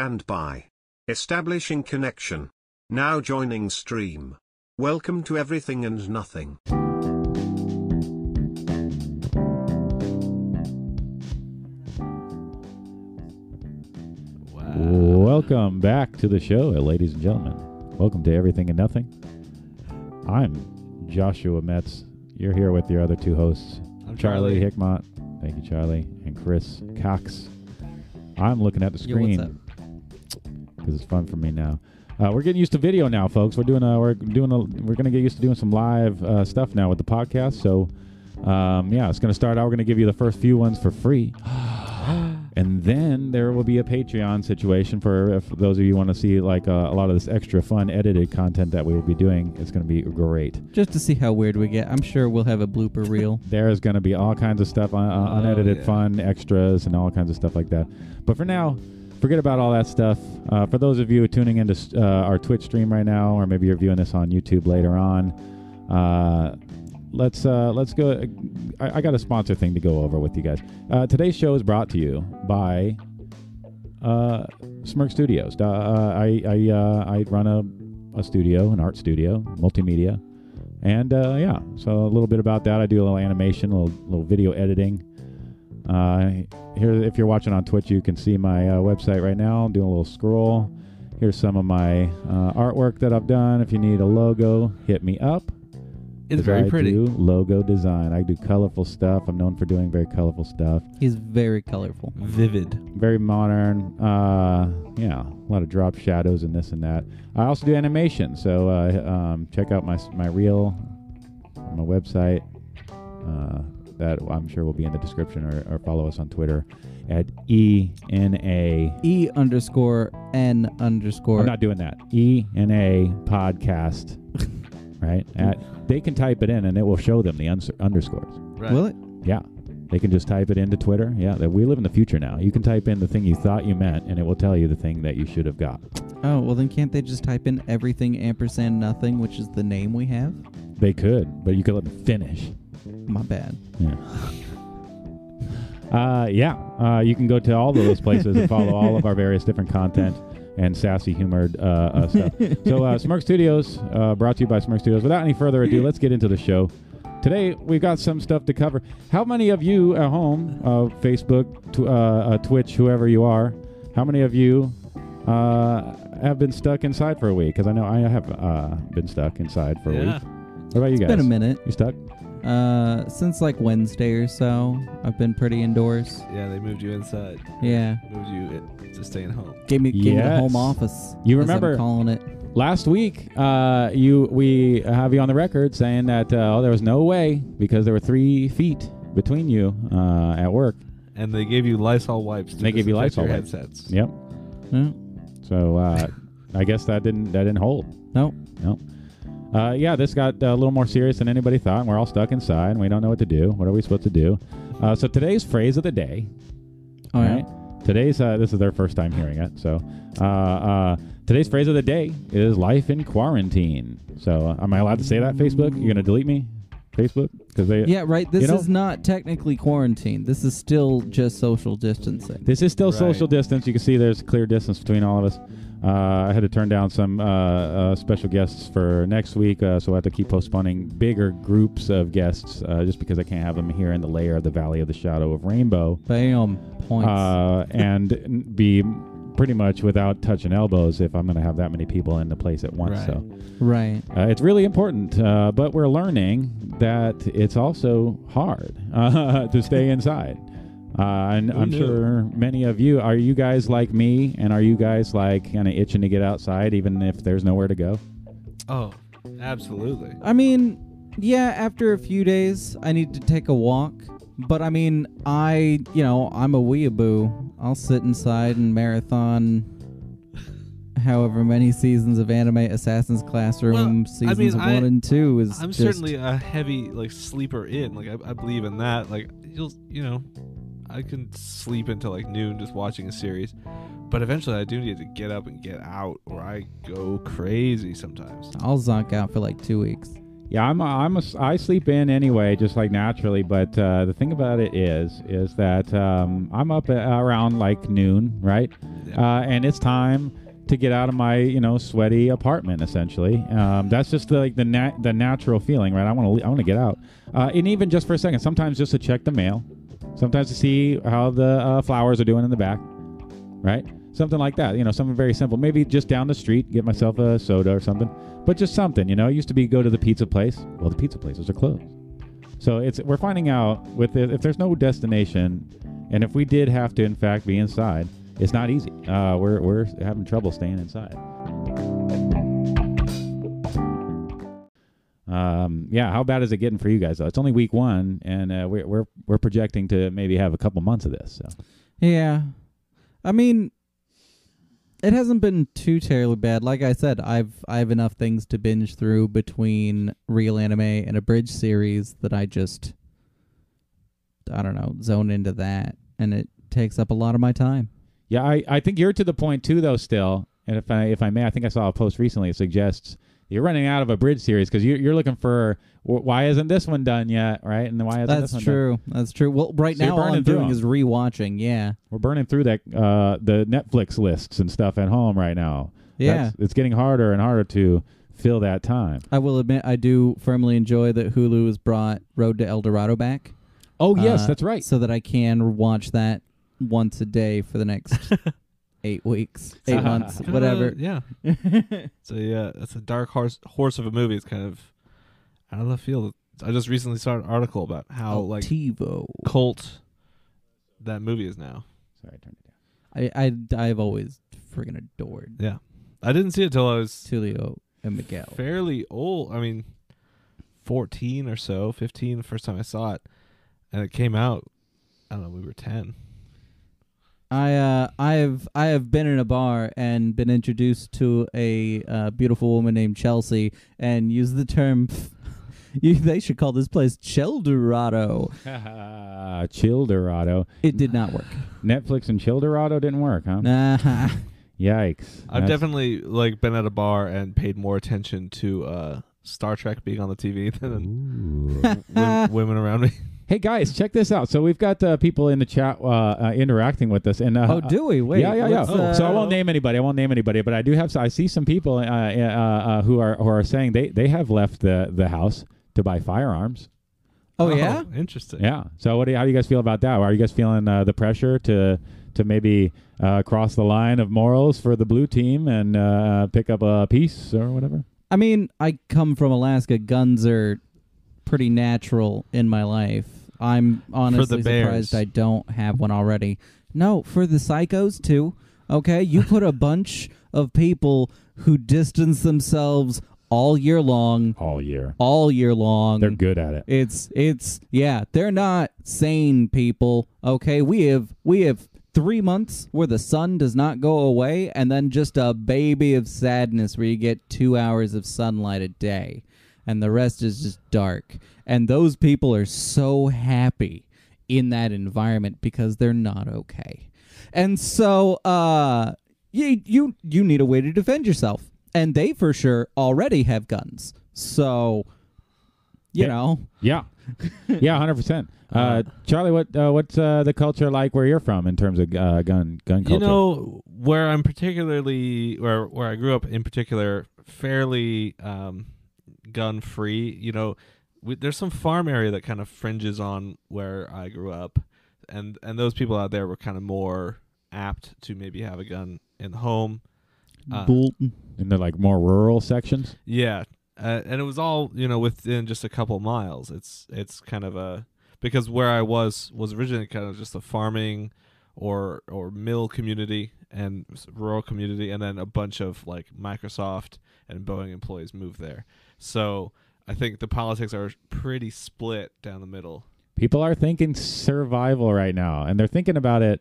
Standby. Establishing connection. Now joining stream. Welcome to Everything and Nothing. Welcome back to the show, ladies and gentlemen. Welcome to Everything and Nothing. I'm Joshua Metz. You're here with your other two hosts, I'm Charlie Hickmott. Thank you, Charlie, and Chris Cox. I'm looking at the Yo, what's screen because it's fun for me now. Uh, we're getting used to video now, folks. We're doing a, we're doing a, we're gonna get used to doing some live uh, stuff now with the podcast. So, um, yeah, it's gonna start out. We're gonna give you the first few ones for free. And then there will be a Patreon situation for if those of you want to see like uh, a lot of this extra fun edited content that we will be doing. It's going to be great. Just to see how weird we get. I'm sure we'll have a blooper reel. There is going to be all kinds of stuff, uh, uh, unedited yeah. fun, extras, and all kinds of stuff like that. But for now, forget about all that stuff. Uh, for those of you tuning into s- uh, our Twitch stream right now, or maybe you're viewing this on YouTube later on, uh, let's uh, let's go. I, I got a sponsor thing to go over with you guys. Uh, today's show is brought to you by uh, Smirk Studios. Uh, I I, uh, I run a, a studio, an art studio, multimedia, and uh, yeah. So a little bit about that. I do a little animation, a little, little video editing. Uh, here, if you're watching on Twitch, you can see my uh, website right now. I'm doing a little scroll. Here's some of my uh, artwork that I've done. If you need a logo, hit me up. It's 'cause very I pretty. do logo design. I do colorful stuff. I'm known for doing very colorful stuff He's very colorful. Vivid. very modern. Uh, yeah, a lot of drop shadows and this and that. I also do animation, so uh, um, check out my s- my reel, on my website. Uh, that I'm sure will be in the description, or, or follow us on Twitter at e n a. E underscore N underscore. I'm not doing that. E N A podcast, right? At, they can type it in, and it will show them the uns- underscores. Right. Will it? Yeah. They can just type it into Twitter. Yeah, that we live in the future now. You can type in the thing you thought you meant, and it will tell you the thing that you should have got. Oh, well, then can't they just type in everything ampersand nothing, which is the name we have? They could, but you could let them finish. My bad. Yeah. Uh, yeah. Uh, you can go to all of those places and follow all of our various different content and sassy humored uh, uh, stuff. So, uh, Smirk Studios, uh, brought to you by Smirk Studios. Without any further ado, let's get into the show. Today, we've got some stuff to cover. How many of you at home, uh, Facebook, tw- uh, uh, Twitch, whoever you are, how many of you uh, have been stuck inside for a week? Because I know I have uh, been stuck inside for a Yeah. week. What about you guys? It's been a minute. You stuck? Uh, since like Wednesday or so, I've been pretty indoors. Yeah, they moved you inside. Yeah. Moved you in- to staying home. Gave me, gave me the Yes. home office. You as I'm remember- calling it. Last week, uh, you we have you on the record saying that uh, there was no way because there were three feet between you uh, at work. And they gave you Lysol wipes. To They gave you disinfect Lysol your wipes. headsets. Yep. No. So uh, I guess that didn't that didn't hold. Nope. No. Uh, yeah, this got uh, a little more serious than anybody thought, and we're all stuck inside, and we don't know what to do. What are we supposed to do? Uh, so today's phrase of the day All right. Today's uh, this is their first time hearing it, so uh, uh, today's phrase of the day is "life in quarantine." So, uh, am I allowed to say that? Facebook, you're gonna delete me, Facebook, because they. Yeah, right. This You know- is not technically quarantine. This is still just social distancing. This is still Right. social distance. You can see there's clear distance between all of us. Uh, I had to turn down some uh, uh, special guests for next week, uh, so I have to keep postponing bigger groups of guests uh, just because I can't have them here in the layer of the Valley of the Shadow of Rainbow. Bam. Points. uh, and n- be pretty much without touching elbows if I'm going to have that many people in the place at once. Right. So right. uh, it's really important. Uh, but we're learning that it's also hard uh, to stay inside. Uh, and Who I'm knew? sure many of you are you guys like me, and are you guys like kind of itching to get outside, even if there's nowhere to go? Oh, absolutely. I mean, yeah, after a few days, I need to take a walk. But I mean, I, you know, I'm a weeaboo. I'll sit inside and marathon however many seasons of anime Assassin's Classroom Well, I seasons mean, I- one and two is I'm just, certainly a heavy like sleeper in. Like I, I believe in that. Like you'll you know, I can sleep until like noon just watching a series. But eventually I do need to get up and get out or I go crazy sometimes. I'll zonk out for like two weeks. Yeah, I'm a, I'm a, I sleep in anyway, just like naturally. But uh, the thing about it is, is that um, I'm up at, around like noon, right? Uh, and it's time to get out of my you know sweaty apartment. Essentially, um, that's just the, like the nat- the natural feeling, right? I want to I want to get out, uh, and even just for a second, sometimes just to check the mail, sometimes to see how the uh, flowers are doing in the back, right? Something like that, you know, something very simple. Maybe just down the street, get myself a soda or something, but just something, you know. It used to be go to the pizza place. Well, the pizza places are closed, so it's we're finding out with the, if there's no destination, and if we did have to in fact be inside, it's not easy. Uh, we're we're having trouble staying inside. Um, yeah, how bad is it getting for you guys though? It's only week one, and uh, we're we're we're projecting to maybe have a couple months of this. So. Yeah. I mean it hasn't been too terribly bad. Like I said, I've I have enough things to binge through between real anime and a bridge series that I just I don't know, zone into that and it takes up a lot of my time. Yeah, I, I think you're to the point too though still. And if I if I may, I think I saw a post recently that suggests you're running out of a bridge series because you're you're looking for wh- why isn't this one done yet, right? And why isn't this That's one done? true. That's true. Well, right So you're now all burning I'm through doing them. is rewatching. Yeah. We're burning through that uh, the Netflix lists and stuff at home right now. Yeah. That's- it's getting harder and harder to fill that time. I will admit I do firmly enjoy that Hulu has brought Road to El Dorado back. Oh yes, uh, that's right. So that I can watch that once a day for the next eight weeks, eight months, Kinda, whatever. yeah. So yeah, that's a dark horse horse of a movie. It's kind of out of left field. I just recently saw an article about how Oh, like TiVo. cult that movie is now. Sorry, I turned it down. I, I I've always freaking adored Yeah, I didn't see it till I was Tulio and Miguel. fairly old. I mean, fourteen or so, fifteen. The first time I saw it, and it came out. I don't know. We were ten. I uh I have I have been in a bar and been introduced to a uh, beautiful woman named Chelsea and used the term. You, they should call this place Cheldorado. Ah, Childerado. It did not work. Netflix and Childerado didn't work, huh? Nah. Uh, Yikes. I've That's- definitely like been at a bar and paid more attention to uh, Star Trek being on the TV than Ooh. women, women around me. hey guys, check this out. So we've got uh, people in the chat uh, uh, interacting with us, and uh, oh, do we? Wait. yeah, yeah, yeah. let's, Oh, uh, so I won't name anybody. I won't name anybody, but I do have. I see some people uh, uh, uh, who are who are saying they they have left the the house to buy firearms. oh yeah. interesting. Yeah. So what? Do you, how do you guys feel about that? Are you guys feeling uh, the pressure to to maybe uh, cross the line of morals for the blue team and uh, pick up a piece or whatever? I mean, I come from Alaska. Guns are pretty natural in my life. I'm honestly bears. surprised I don't have one already. No, for the psychos too. Okay, you put a bunch of people who distance themselves all year long, All year, all year long. they're good at it. It's it's yeah, they're not sane people. Okay, we have we have three months where the sun does not go away, and then just a baby of sadness where you get two hours of sunlight a day, and the rest is just dark. And those people are so happy in that environment because they're not okay. And so uh you you you need a way to defend yourself. And they for sure already have guns. So you Yeah. know, Yeah, yeah, hundred percent. Uh, Charlie, what uh, what's uh, the culture like where you're from in terms of uh, gun gun culture? You know where I'm particularly where where I grew up in particular, fairly um, gun free. You know, we, there's some farm area that kind of fringes on where I grew up, and and those people out there were kind of more apt to maybe have a gun in the home. Uh, Bolton. in the like more rural sections. Yeah, uh, and it was all you know within just a couple miles. It's it's kind of a because where I was was originally kind of just a farming or or mill community and s- rural community, and then a bunch of like Microsoft and Boeing employees moved there. So I think the politics are pretty split down the middle. People are thinking survival right now, and they're thinking about it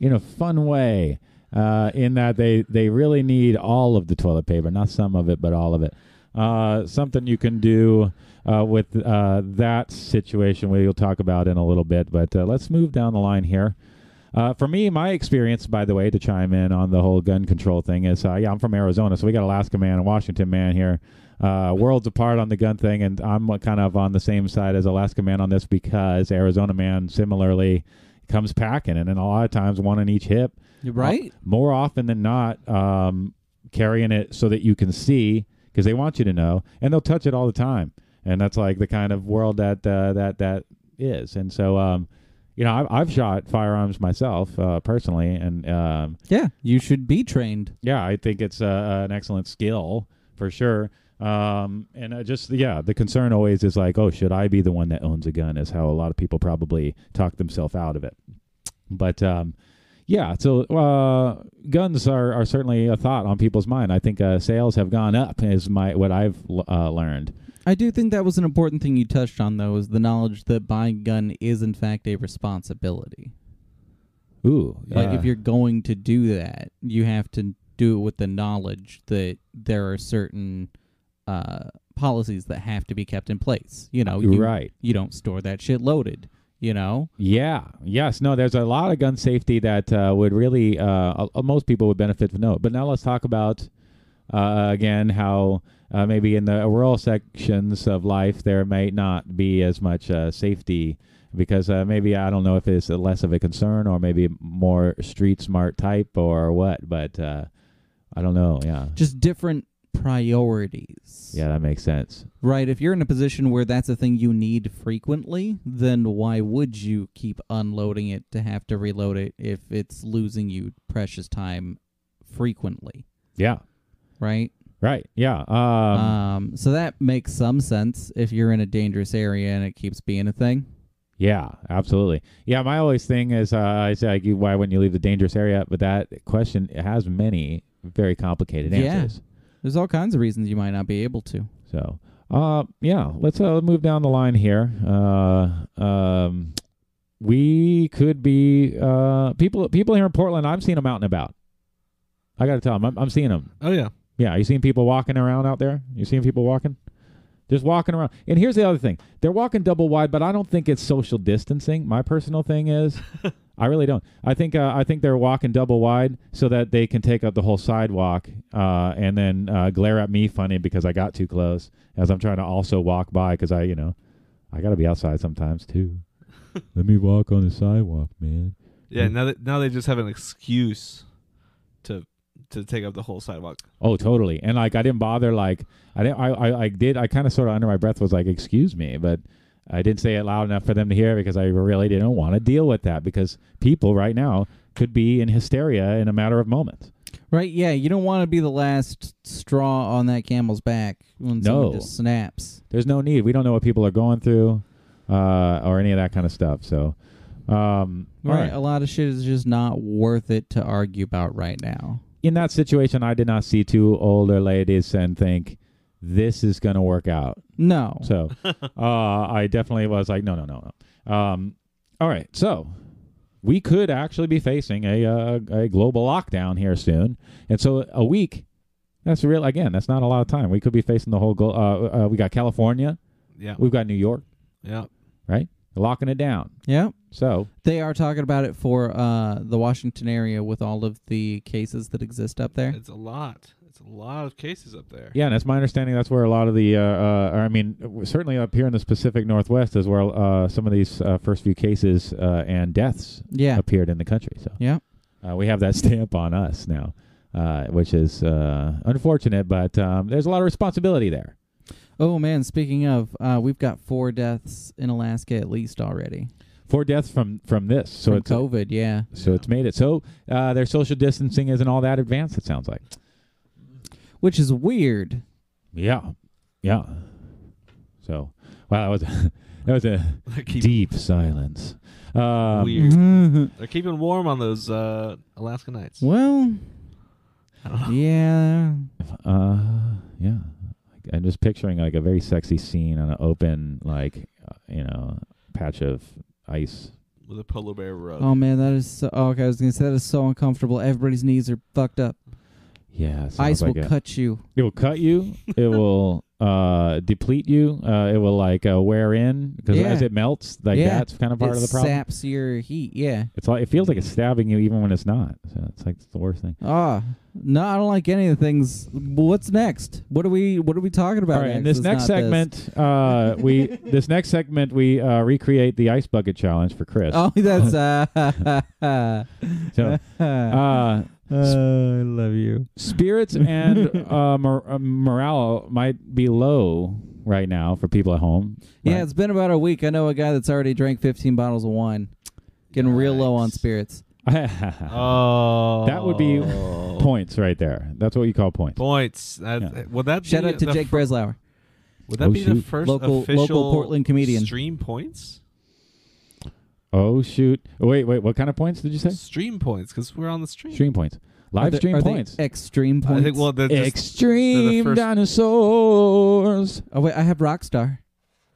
in a fun way. Uh, in that they they really need all of the toilet paper, not some of it, but all of it. Uh, something you can do uh, with uh, that situation, we will talk about in a little bit. But uh, let's move down the line here. Uh, for me, my experience, by the way, to chime in on the whole gun control thing is, uh, yeah, I'm from Arizona, so we got Alaska man and Washington man here. uh, worlds apart on the gun thing, and I'm kind of on the same side as Alaska Man on this because Arizona Man similarly comes packing, and then a lot of times one on each hip. You're right? More often than not, um, carrying it so that you can see because they want you to know, and they'll touch it all the time, and that's like the kind of world that uh, that that is, and so. Um, you know, I've, I've shot firearms myself uh, personally, and um, Yeah. You should be trained. yeah, I think it's uh, an excellent skill for sure. Um, and uh, just yeah, the concern always is like, oh, should I be the one that owns a gun? Is how a lot of people probably talk themselves out of it. But um, yeah, so uh, guns are, are certainly a thought on people's mind. I think uh, sales have gone up is my what I've l- uh, learned. I do think that was an important thing you touched on, though, is the knowledge that buying a gun is, in fact, a responsibility. Ooh, Like, uh, if you're going to do that, you have to do it with the knowledge that there are certain uh, policies that have to be kept in place. You know, you, right. you don't store that shit loaded, you know? Yeah. Yes. No. There's a lot of gun safety that uh, would really uh, uh, most people would benefit from know. But now let's talk about uh, again how uh, maybe in the rural sections of life there may not be as much uh, safety because uh, maybe I don't know if it's less of a concern or maybe more street smart type or what. But uh, I don't know. Yeah. Just different priorities. Yeah. That makes sense. Right. If you're in a position where that's a thing you need frequently, then why would you keep unloading it to have to reload it if it's losing you precious time frequently? Yeah. Right. Right. Yeah. Um, Um, so that makes some sense if you're in a dangerous area and it keeps being a thing. Yeah, absolutely. Yeah, my always thing is uh, I say like, you- why wouldn't you leave the dangerous area? But that question has many very complicated Yeah. answers. There's all kinds of reasons you might not be able to. So, uh, yeah, let's uh, move down the line here. Uh, um, we could be uh, people. People here in Portland, I'm seeing them out and about. I got to tell them, I'm, I'm seeing them. Oh yeah. Yeah, you seeing people walking around out there? You seeing people walking? Just walking around. And here's the other thing. They're walking double wide, but I don't think it's social distancing. My personal thing is I really don't. I think uh, I think they're walking double wide so that they can take up the whole sidewalk uh, and then uh, glare at me funny because I got too close as I'm trying to also walk by because I, you know, I got to be outside sometimes too. Let me walk on the sidewalk, man. Yeah, now that now they just have an excuse to to take up the whole sidewalk. Oh, totally. And like I didn't bother like I didn't I I, I did I kind of sort of under my breath was like excuse me, but I didn't say it loud enough for them to hear because I really didn't want to deal with that because people right now could be in hysteria in a matter of moments. Right. Yeah. You don't want to be the last straw on that camel's back when No. someone just snaps. There's no need. We don't know what people are going through uh, or any of that kind of stuff. So um all right. A lot of shit is just not worth it to argue about right now. in that situation I did not see two older ladies and think this is going to work out. No. So uh, I definitely was like, no, no, no, no. Um, all right, so we could actually be facing a uh, a global lockdown here soon, and so a week. That's real. Again, that's not a lot of time. We could be facing the whole. Glo- uh, uh, we got California. Yeah. We've got New York Yeah. locking it down. yeah. So They are talking about it for uh, the Washington area with all of the cases that exist up there. It's a lot. It's a lot of cases up there. yeah, and that's my understanding. That's where a lot of the. Uh, uh, or I mean, certainly up here in this Pacific Northwest is where uh, some of these uh, first few cases uh, and deaths Yeah. appeared in the country. So Yeah. uh, we have that stamp on us now, uh, which is uh, unfortunate. But um, there's a lot of responsibility there. Oh man, speaking of, uh, we've got four deaths in Alaska at least already Four deaths from from this, so from it's COVID. yeah. so it's made it. So uh, their social distancing isn't all that advanced. It sounds like. Which is weird. Yeah, yeah. So wow, that was a, that was a They're keeping, deep silence. Um, Weird. well, they're keeping warm on those uh, Alaska nights. I don't know. yeah. Uh, yeah. Like, I'm just picturing like a very sexy scene on an open like uh, you know patch of ice. With a polar bear rug. Oh man, that is so. Oh, okay, I was gonna say that is so uncomfortable. Everybody's knees are fucked up. Yeah, sounds Ice will like a- cut you. It will cut you. It will uh, deplete you. Uh, it will like uh, wear in because Yeah. as it melts, like Yeah. that's kind of part it of the problem. saps your heat. Yeah. It's like it feels like it's stabbing you even when it's not. So it's like the worst thing. Ah, no, I don't like any of the things. Well, what's next? What are we? What are we talking All about? right, next? in this It's next not this. segment, uh, we this next segment we uh, recreate the ice bucket challenge for Chris. Oh, that's uh, So, uh, I love you. spirits and uh, mor- uh, morale might be low right now for people at home. Yeah, right? it's been about a week. I know a guy that's already drank 15 bottles of wine, getting real low on Yikes. spirits. Oh, That would be points right there. That's what you call points. points. That, Yeah. Would that Shout be out to the Jake fir- Breslauer. Would that Oh, be the shoot. first Local- official local Portland comedian. Stream points. Oh shoot! Wait, wait. What kind of points did you say? Stream points because we're on the stream. Stream points. Live Are they- stream are they eh, points. Extreme points. I think. Well, the, just, Extreme first- dinosaurs. oh wait, I have Rockstar.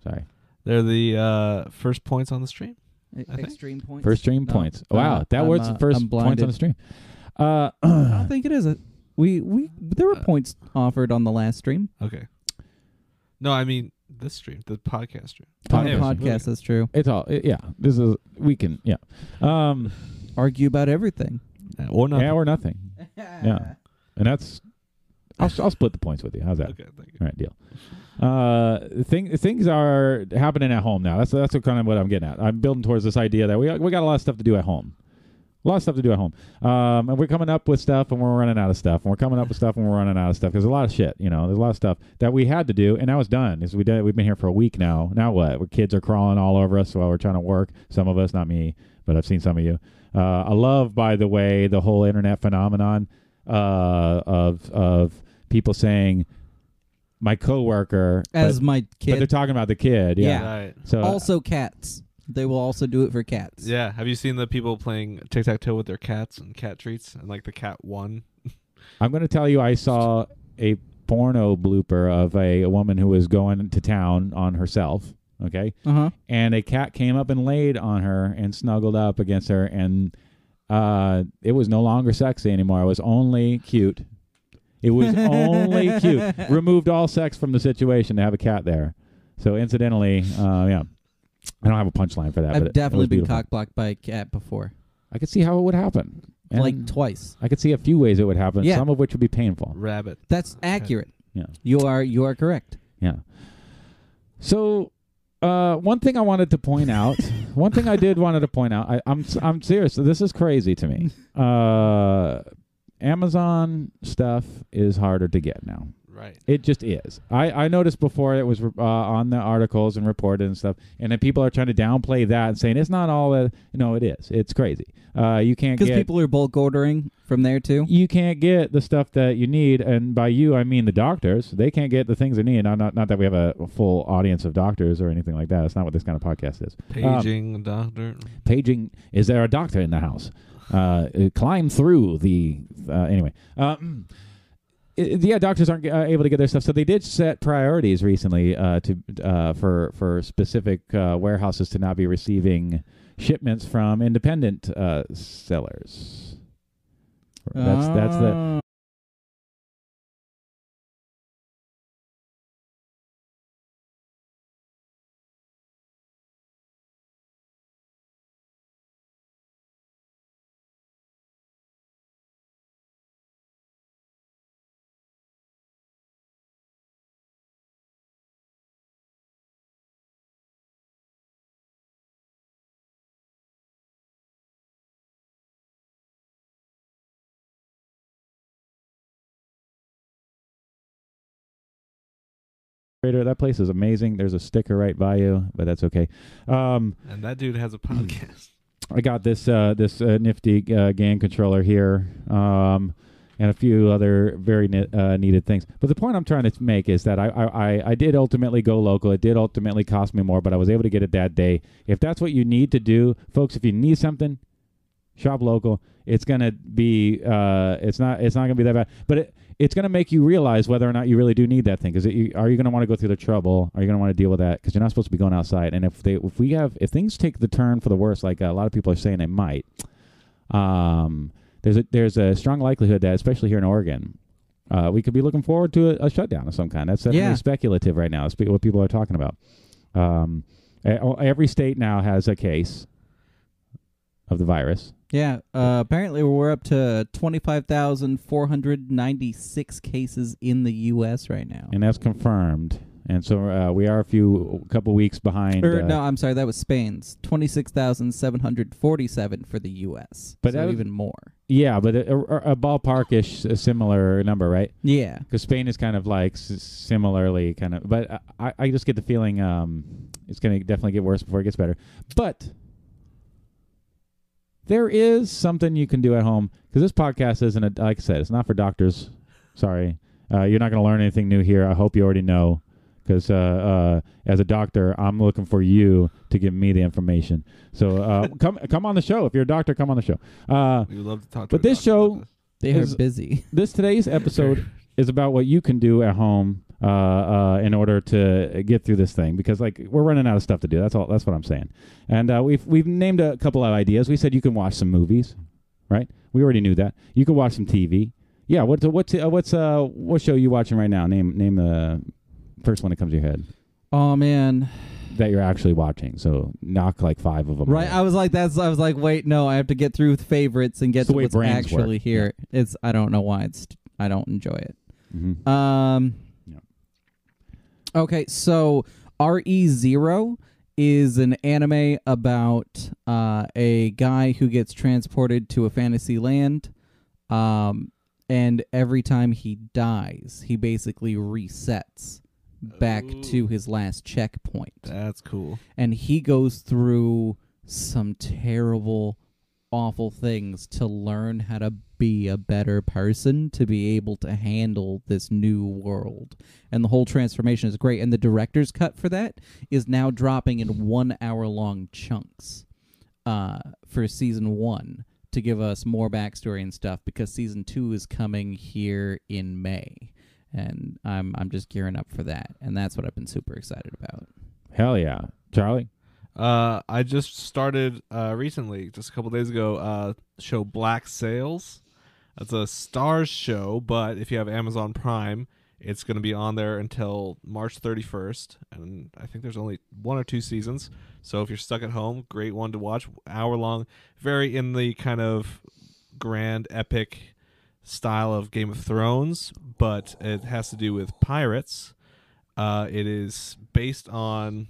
Sorry. they're the uh, first points on the stream. E- I think. Extreme points. First stream No, points. I'm Wow, not- that I'm, was uh, the first I'm points on the blinded. stream. Uh, I don't think it is. A, we we there Uh, were points offered on the last stream. Okay. No, I mean this stream, the podcast stream. On the Anyways, Podcast. podcast, moving. that's true. it's all. it- yeah, this is we can. Yeah. Um. Argue about everything. Uh, Or not. Yeah, or nothing. Yeah. And that's. I'll, s- I'll split the points with you. How's that? okay. Thank you. All right, deal. Uh, thing, things are happening at home now. That's that's what kind of what I'm getting at. I'm building towards this idea that we we got a lot of stuff to do at home, a lot of stuff to do at home. Um, and we're coming up with stuff, and we're running out of stuff, and we're coming up with stuff, and we're running out of stuff. There's a lot of shit, you know. There's a lot of stuff that we had to do, and now it's done. Is we did, we've been here for a week now. Now what? Our kids are crawling all over us while we're trying to work. Some of us, not me, but I've seen some of you. Uh, I love, by the way, the whole internet phenomenon uh, of of people saying my coworker As but, my but they're kid. talking uh, about the kid. Yeah. Yeah. Right. So also cats. They will also do it for cats. Yeah. Have you seen the people playing tic tac toe with their cats and cat treats and like the cat won? I'm going to tell you, I saw a porno blooper of a, woman who was going to town on herself. Okay, Uh huh. and a cat came up and laid on her and snuggled up against her, and uh, it was no longer sexy anymore. It was only cute. It was only cute. Removed all sex from the situation to have a cat there. So incidentally, uh, yeah, I don't have a punchline for that. but it- I've it definitely was been beautiful. cock blocked by a cat before, I could see how it would happen. And like twice. I could see a few ways it would happen, Yeah. some of which would be painful. Rabbit. That's accurate. Yeah. You are you are correct. Yeah. So, uh, one thing I wanted to point out, one thing I did wanted to point out, I, I'm s- I'm serious. This is crazy to me. Uh, Amazon stuff is harder to get now. Right. It just is. I, I noticed before it was uh, on the articles and reported and stuff, and then people are trying to downplay that and saying it's not all that. No, it is. It's crazy. Uh, you can't Because get people are bulk ordering from there too. you can't get the stuff that you need, and by you I mean the doctors. They can't get the things they need. Not not, not that we have a, a full audience of doctors or anything like that. It's not what this kind of podcast is. Paging the doctor. Paging is there a doctor in the house? Uh, uh, climb through the uh, anyway. Um, it- yeah, doctors aren't uh, able to get their stuff, so they did set priorities recently uh, to uh, for for specific uh, warehouses to not be receiving shipments from independent uh, sellers. That's that's the Oh. Raider, that place is amazing. There's a sticker right by you, but that's okay. Um, And that dude has a podcast. I got this uh, this uh, nifty uh, GAN controller here, um, and a few other very ne- uh, needed things. But the point I'm trying to make is that I, I I- I did ultimately go local. It did ultimately cost me more, but I was able to get it that day. If that's what you need to do, folks, if you need something, shop local. It's gonna be uh, it's not it's not gonna be that bad, but it. It's going to make you realize whether or not you really do need that thing. Because you, are you going to want to go through the trouble? Are you going to want to deal with that? Because you're not supposed to be going outside. And if they, if we have, if things take the turn for the worse, like a lot of people are saying they might, um, there's a there's a strong likelihood that, especially here in Oregon, uh, we could be looking forward to a, a shutdown of some kind. That's definitely Yeah. speculative right now. It's pe- what people are talking about. Um, e- oh, every state now has a case of the virus. Yeah, uh, apparently we're up to 25,496 cases in the U.S. right now. and that's confirmed. And so uh, we are a few, a couple weeks behind. Or, uh, Er, no, I'm sorry, that was Spain's. 26,747 for the U.S. But that so was- even more. Yeah, but a, a, a ballparkish, a similar number, right? Yeah. Because Spain is kind of like s- similarly kind of, but I- I, I just get the feeling um, it's going to definitely get worse before it gets better. But there is something you can do at home because this podcast isn't, a, like I said, it's not for doctors. Sorry. Uh, you're not going to learn anything new here. I hope you already know because uh, uh, as a doctor, I'm looking for you to give me the information. So uh, come, come on the show. If you're a doctor, come on the show. Uh, We would love to talk to But a this doctor about show- this. They are Is- busy. this today's episode is about what you can do at home uh, uh, in order to get through this thing because like we're running out of stuff to do. That's all. That's what I'm saying. And uh, we've we've named a couple of ideas. We said you can watch some movies, right? We already knew that. You can watch some TV. Yeah. What's what's uh, what's uh what show you watching right now? Name name the first one that comes to your head Oh, man. that you're actually watching. So knock like five of them. Right, out. I was like, that's. I was like, wait, no, I have to get through with favorites and get It's the to way what's brains actually work. here. It's. I don't know why it's. I don't enjoy it. Mhm. Um. Yeah. Okay, so RE Zero is an anime about uh, a guy who gets transported to a fantasy land, um, and every time he dies, he basically resets back Ooh. to his last checkpoint That's cool. and he goes through some terrible awful things to learn how to be a better person to be able to handle this new world and the whole transformation is great and the director's cut for that is now dropping in one hour long chunks uh, for season one to give us more backstory and stuff because season two is coming here in may and i'm i'm just gearing up for that and that's what i've been super excited about Hell yeah, Charlie. Uh, I just started uh, recently, just a couple days ago, uh, show Black Sails. It's a stars show, but if you have Amazon Prime, it's going to be on there until March 31st, and I think there's only one or two seasons. So if you're stuck at home, great one to watch, hour long, very in the kind of grand epic style of Game of Thrones, but it has to do with pirates. Uh, it is based on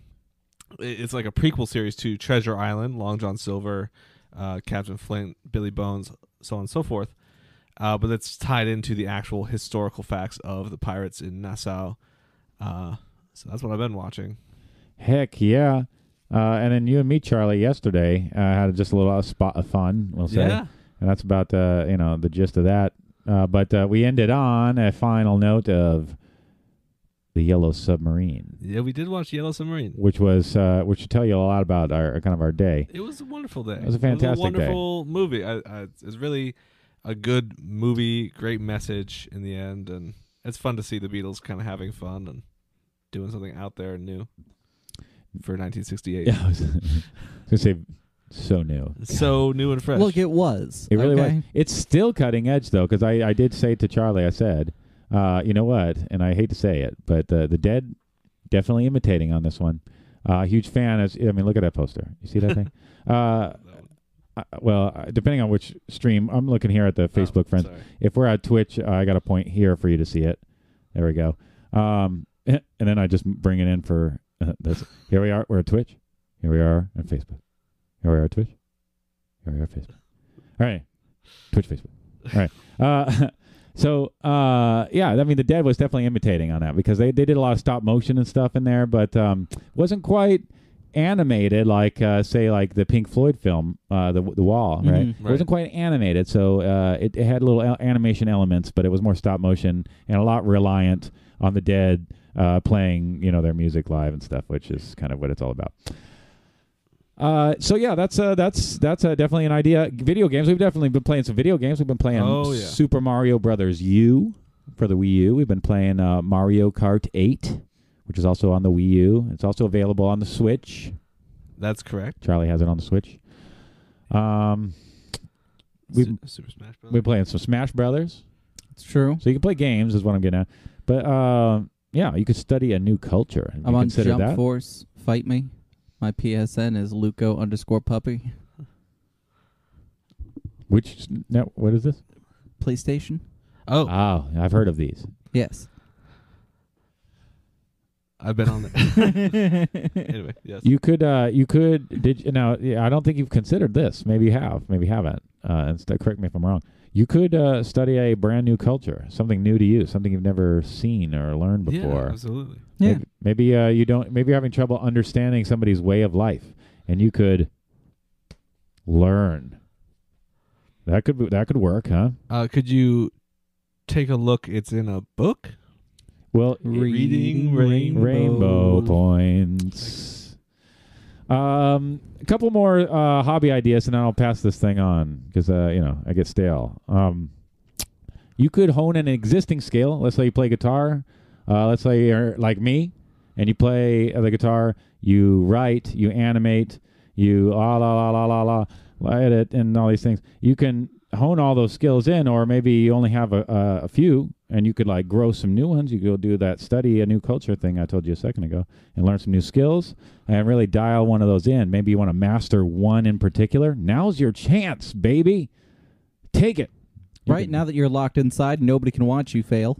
it- it's like a prequel series to Treasure Island, Long John Silver, uh, Captain Flint, Billy Bones, so on and so forth. Uh, but it's tied into the actual historical facts of the pirates in Nassau. Uh, so that's what I've been watching. Heck yeah. Uh, and then you and me, Charlie, yesterday uh, had just a little spot of fun, we'll say. And that's about, uh, you know, the gist of that. Uh, but uh, we ended on a final note of The Yellow Submarine, yeah, we did watch Yellow Submarine. which was, uh, which should tell you a lot about our kind of our day. It was a wonderful day. It was a fantastic day. wonderful movie. I, I, it was really a good movie, great message in the end, and it's fun to see the Beatles kind of having fun and doing something out there and new for 1968. Yeah, I was going to say, so new. So new and fresh. Look, it was. It really okay? was. It's still cutting edge though, because I, I did say to Charlie, I said, uh, you know what? And I hate to say it, but uh, the dead definitely imitating on this one. Uh, huge fan. Is, I mean, look at that poster. You see that thing? uh, I, well, uh, depending on which stream, I'm looking here at the Facebook friends. Sorry. If we're at Twitch, uh, I got a point here for you to see it. There we go. Um, and then I just bring it in for uh, this. Here we are. We're at Twitch. Here we are on Facebook. Here we are at Twitch. Here we are at Facebook. All right. Twitch, Facebook. All right. Uh, so, uh, yeah, I mean, the dead was definitely imitating on that because they, they did a lot of stop motion and stuff in there, but um, wasn't quite animated like, uh, say, like the Pink Floyd film, uh, the, the Wall, right? Mhm. It wasn't quite animated, so uh, it, it had little el- animation elements, but it was more stop motion and a lot reliant on the dead uh, playing, you know, their music live and stuff, which is kind of what it's all about. Uh, so yeah, that's uh, that's that's uh, definitely an idea. Video games. We've definitely been playing some video games. We've been playing Oh, yeah. Super Mario Brothers U for the Wii U. We've been playing uh, Mario Kart 8, which is also on the Wii U. It's also available on the Switch. That's correct. Charlie has it on the Switch. Um, We- Su- Super Smash Bros. we're playing some Smash Brothers. It's true. So you can play games, is what I'm getting at. But uh, yeah, you could study a new culture. Have you I'm on considered Jump that? Force. Fight me. My PSN is Luco underscore puppy. Which no, what is this? PlayStation. Oh, Oh, I've heard of these. Yes. I've been on it. I anyway, yes. You could, uh, you could. Did you now? yeah, I don't think you've considered this. Maybe you have. Maybe you haven't. Uh, and st- correct me if I'm wrong. You could uh, study a brand new culture, something new to you, something you've never seen or learned Yeah, before. absolutely. Yeah. Maybe, maybe uh, you don't. Maybe you're having trouble understanding somebody's way of life, and you could learn. That could be, that could work, huh? Uh, could you take a look? It's in a book. Well, Reading Rainbow. rainbow points. Um, a couple more uh, hobby ideas, and then I'll pass this thing on because uh, you know I get stale. Um, you could hone an existing skill. Let's say you play guitar. Uh, let's say you're like me, and you play the guitar. You write. You animate. You la la la la la la edit and all these things. You can hone all those skills in, or maybe you only have a, a, a few, and you could like grow some new ones. You could go do that study a new culture thing I told you a second ago, and learn some new skills, and really dial one of those in. Maybe you want to master one in particular. Now's your chance, baby. Take it. You right can- now that you're locked inside, nobody can watch you fail.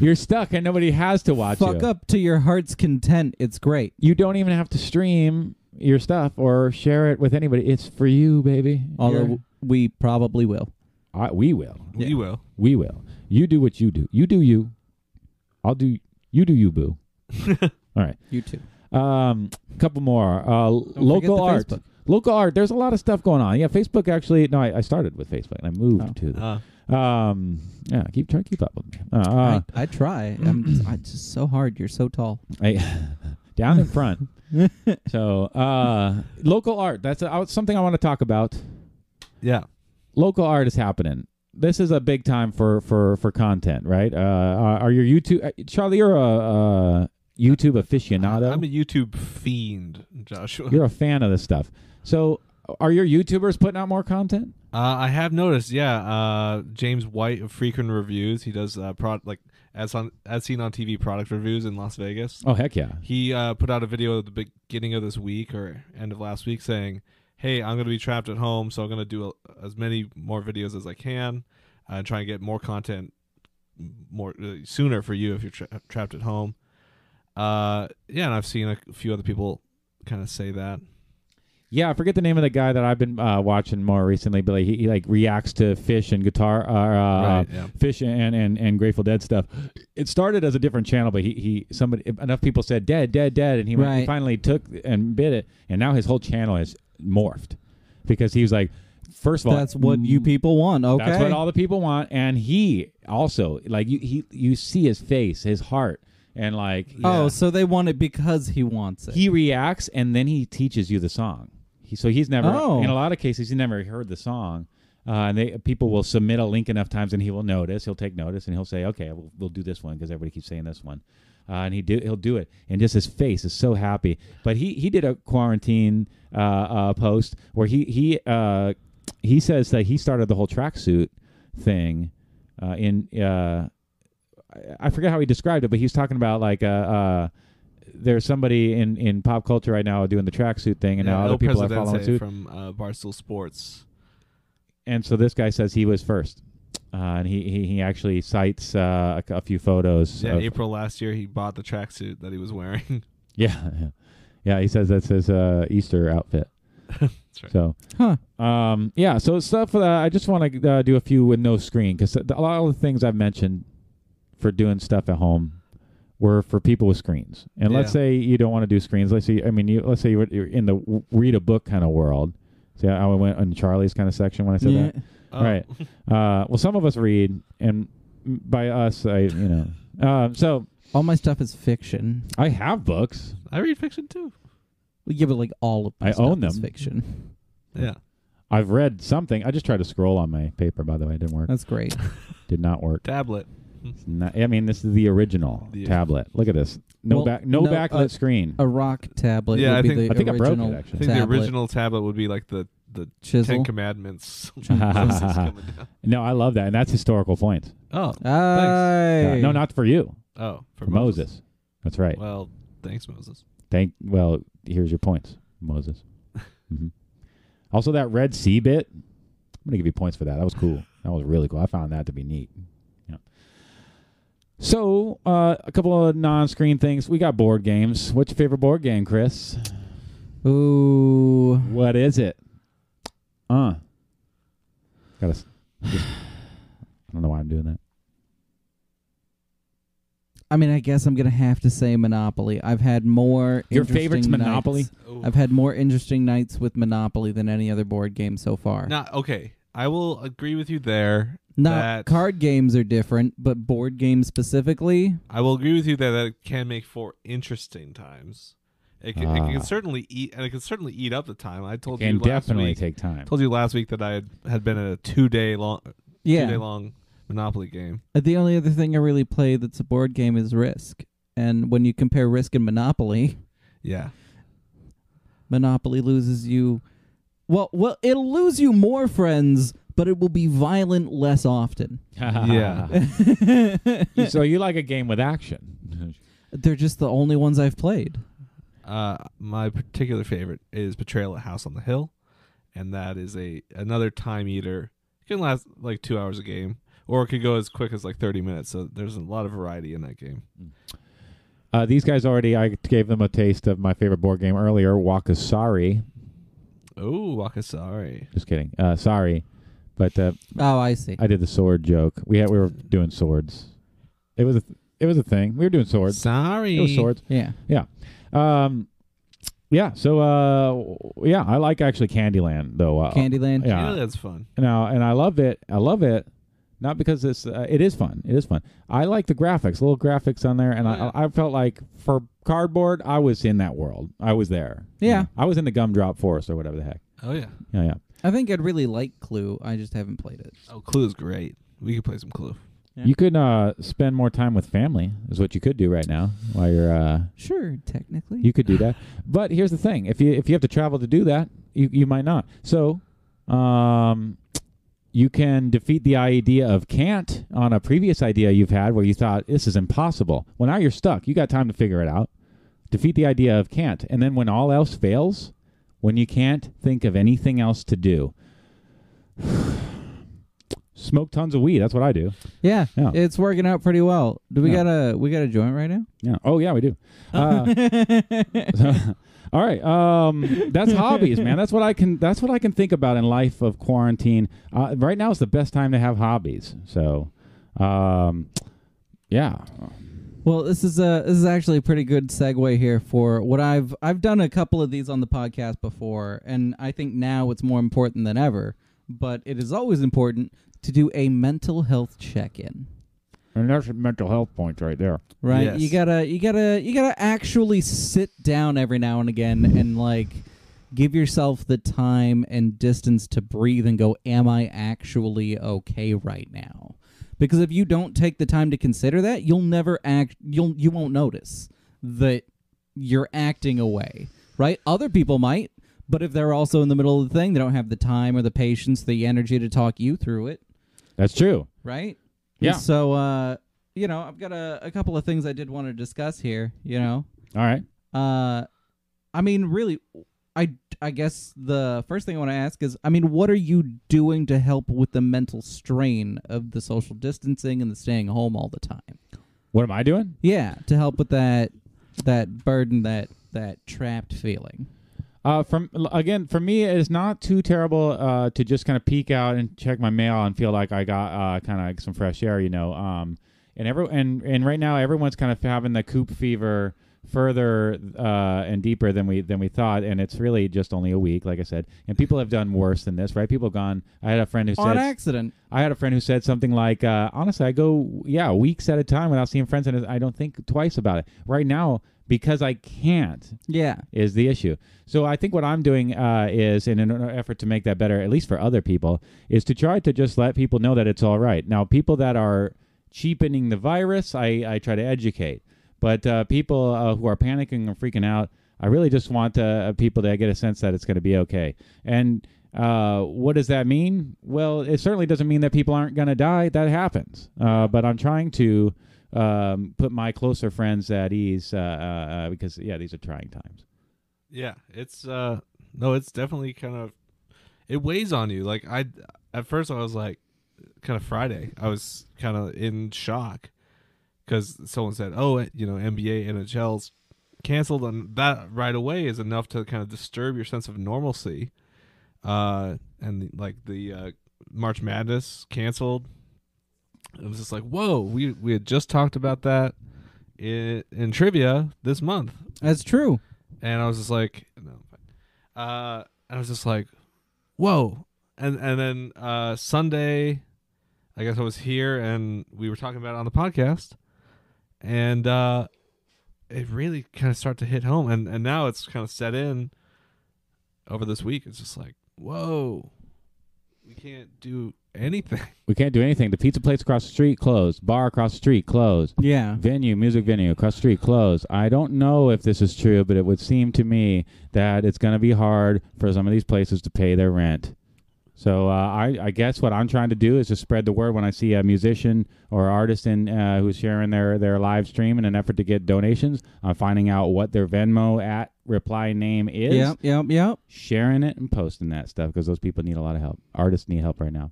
you're stuck, and nobody has to watch Fuck you. up to your heart's content. It's great. You don't even have to stream your stuff or share it with anybody. It's for you, baby. Although You're- w- we probably will. I, we will. We Yeah. will. We will. You do what you do. You do you. I'll do. You do you, boo. All right. You too. Um, couple more. Uh, local the art. Facebook. Local art. There's a lot of stuff going on. Yeah, Facebook actually. No, I, I started with Facebook and I moved Oh. to. Uh, The, um, yeah, keep trying to keep up with me. Uh, uh, I, I try. I'm just, I- it's just so hard. You're so tall. I, down in front. so uh, local art. That's uh, something I want to talk about. yeah. local art is happening. This is a big time for for for content, right? Uh, are are your YouTube uh, Charlie? You're a uh, YouTube aficionado. I'm a YouTube fiend, Joshua. you're a fan of this stuff. So, are your YouTubers putting out more content? Uh, I have noticed, yeah. Uh, James White of Frequent Reviews, he does uh, pro- like as on as seen on TV product reviews in Las Vegas. Oh heck yeah! He uh, put out a video at the beginning of this week or end of last week saying, "Hey, I'm going to be trapped at home, so I'm going to do a, as many more videos as I can uh, and try and get more content more uh, sooner for you if you're tra- trapped at home." Uh, yeah, and I've seen a few other people kind of say that. Yeah, I forget the name of the guy that I've been uh, watching more recently, but like, he, he like reacts to fish and guitar. Uh, uh, Right, yeah. Fish and, and and Grateful Dead stuff. It started as a different channel, but he, he somebody enough people said dead, dead, dead, and he went- he Right. finally took and bit it, and now his whole channel has morphed because he was like, first of all, mm, That's what you people want. Okay. that's what all the people want, and he also like you he you see his face, his heart, and like Oh, Yeah. so they want it because he wants it. he reacts and then he teaches you the song. He, so he's never Oh. in a lot of cases he's never heard the song. Uh, and they people will submit a link enough times, and he will notice. He'll take notice, and he'll say, "Okay, we'll, we'll do this one because everybody keeps saying this one." Uh, and he do he'll do it, and just his face is so happy. But he he did a quarantine uh, uh, post where he he uh, he says that he started the whole tracksuit thing uh, in uh, I- I forget how he described it, but he's talking about like uh, uh, there's somebody in, in pop culture right now doing the tracksuit thing, and Yeah, now other El people are Presidente following suit. from uh, Barstool Sports. and so this guy says he was first, uh, and he, he he actually cites uh, a, a few photos. Yeah, of- April last year, he bought the tracksuit that he was wearing. yeah, yeah. yeah. He says that's his uh, Easter outfit. That's right. So huh. Um, yeah, so stuff that I just want to uh, do a few with no screen because a lot of the things I've mentioned for doing stuff at home were for people with screens. And let's Yeah. say you don't want to do screens. Let's say I mean, you, let's say you're, you're in the w- read a book kind of world. See, I went on Charlie's kind of section when I said Yeah. that. Oh, Right. Uh, well, some of us read, and by us, I you know. Um, so All my stuff is fiction. I have books. I read fiction too. We give it like all of my I stuff own is them. fiction. Yeah. I've Uh, read something. I just tried to scroll on my paper. By the way, it didn't work. That's great. Did not work. Tablet. Hmm. It's not- I mean, this is the original The- tablet. Look at this. No Well, back, no, no, backlit uh, screen. A rock tablet. Yeah, would I be think- I the think I broke it, original actually. I think the tablet original tablet would be like the the chisel. Ten Commandments. Jesus. Jesus coming down. no, I love that, and that's historical points. oh, Uh, Aye. no, not for you, oh, for for Moses. That's right. Well, thanks, Moses. Thank. Well, here's your points, Moses. hmm Also, that Red Sea bit. I'm gonna give you points for that. That was cool. That was really cool. I found that to be neat. Yeah. So, uh, a couple of non-screen things. We got board games. What's your favorite board game, Chris? Ooh. What is it? Uh. Got to. I don't know why I'm doing that. I mean, I guess I'm gonna have to say Monopoly. I've had more. Your favorite's interesting Monopoly? nights- Oh. I've had more interesting nights with Monopoly than any other board game so far. Not okay. I will agree with you there. Now, that- card games are different, but board games specifically, I will agree with you that that can make for interesting times. It can, it Ah. can certainly eat, and it can certainly eat up the time. I told Can you last definitely week. take time. told you last week that I had, had been in a two day long, two day yeah. long Monopoly game. The only other thing I really play that's a board game is Risk, and when you compare Risk and Monopoly, Yeah, Monopoly loses you. Well, well, it'll lose you more friends, but it will be violent less often. Yeah. so you like a game with action? They're just the only ones I've played. uh, my particular favorite is Betrayal at House on the Hill, and that is a another time eater. It can last like two hours a game, or it could go as quick as like thirty minutes. So there's a lot of variety in that game. Uh, these guys already. I gave them a taste of my favorite board game earlier, Wakasari. Oh, Wakasari. Just kidding. Uh, sorry, but uh, Oh, I see. I did the sword joke. We had we were doing swords. It was a th- it was a thing. We were doing swords. Sorry. It was swords. yeah. Um, yeah. So uh, w- yeah, I like actually Candyland though. Uh, Candyland. Yeah. Yeah, that's fun. Now, and I love it. I love it. Not because it's uh, it is fun. It is fun. I like the graphics, little graphics on there, and Yeah. I I felt like for cardboard, I was in that world. I was there. Yeah. I was in the gumdrop forest or whatever the heck. Oh yeah. Yeah, yeah. I think I'd really like Clue. I just haven't played it. Oh, Clue is great. We could play some Clue. Yeah. You could uh, spend more time with family is what you could do right now while you're. Uh, Sure, technically. you could do that, but here's the thing: if you if you have to travel to do that, you you might not. So, um, you can defeat the idea of can't on a previous idea you've had where you thought this is impossible. Well, now you're stuck. You got time to figure it out. Defeat the idea of can't, and then when all else fails, when you can't think of anything else to do. Smoke tons of weed. That's what I do. yeah, Yeah. it's working out pretty well. Do we Yeah. got a we got a joint right now? Yeah. Oh yeah, we do. Uh, all right. Um, that's hobbies, man. That's what I can. That's what I can think about in life of quarantine. Uh, right now is the best time to have hobbies. So, um, yeah. Well, this is a this is actually a pretty good segue here for what I've I've done a couple of these on the podcast before, and I think now it's more important than ever. But it is always important to do a mental health check-in. And there's some mental health points right there. right Yes. you gotta you gotta you gotta actually sit down every now and again and like give yourself the time and distance to breathe and go am i actually okay right now because if you don't take the time to consider that you'll never act you'll you won't notice that you're acting away right other people might but if they're also in the middle of the thing they don't have the time or the patience the energy to talk you through it That's true. right? Yeah. So, uh, you know, I've got a, a couple of things I did want to discuss here. You know, All right. uh, I mean, really, I I guess the first thing I want to ask is, I mean, what are you doing to help with the mental strain of the social distancing and the staying home all the time? What am I doing? Yeah, to help with that that burden that that trapped feeling. Uh, from again, for me, it's not too terrible uh, to just kind of peek out and check my mail and feel like I got uh, kind of like some fresh air, you know. Um, and every and and right now, everyone's kind of having the coop fever further uh, and deeper than we than we thought, and it's really just only a week, like I said. And people have done worse than this, right? People have gone. I had a friend who On said accident. I had a friend who said something like, uh, honestly, I go, yeah, weeks at a time without seeing friends, and I don't think twice about it. Right now, because I can't, Yeah. is the issue. So I think what I'm doing uh, is, in an effort to make that better, at least for other people, is to try to just let people know that it's all right. Now, people that are cheapening the virus. I, I try to educate. But uh, people uh, who are panicking and freaking out, I really just want uh, people to get a sense that it's going to be okay. And uh, what does that mean? Well, it certainly doesn't mean that people aren't going to die. That happens. Uh, but I'm trying to um, put my closer friends at ease uh, uh, uh, because, yeah, these are trying times. Yeah, it's uh no, it's definitely kind of it weighs on you. Like I at first I was like kind of Friday. I was kind of in shock cuz someone said, "Oh, it- you know, NBA NHL's canceled and that right away is enough to kind of disturb your sense of normalcy." Uh and like the uh March Madness canceled. It was just like, "Whoa, we we had just talked about that in, in trivia this month." That's true. and I was just like, no, I'm fine. uh, I was just like, whoa, and and then uh, Sunday, I guess I was here and we were talking about it on the podcast, and uh, it really kind of started to hit home, and and now it's kind of set in over this week. It's just like, whoa, we can't do anything. We can't do anything. The pizza place across the street closed. Bar across the street closed. Yeah. Venue, music venue across the street closed. I don't know if this is true, but it would seem to me that it's going to be hard for some of these places to pay their rent. So uh, I, I guess what I'm trying to do is just spread the word when I see a musician or artist in uh, who's sharing their their live stream in an effort to get donations. I'm finding out what their Venmo at reply name is, Yep, yep, yep. sharing it and posting that stuff because those people need a lot of help. Artists need help right now.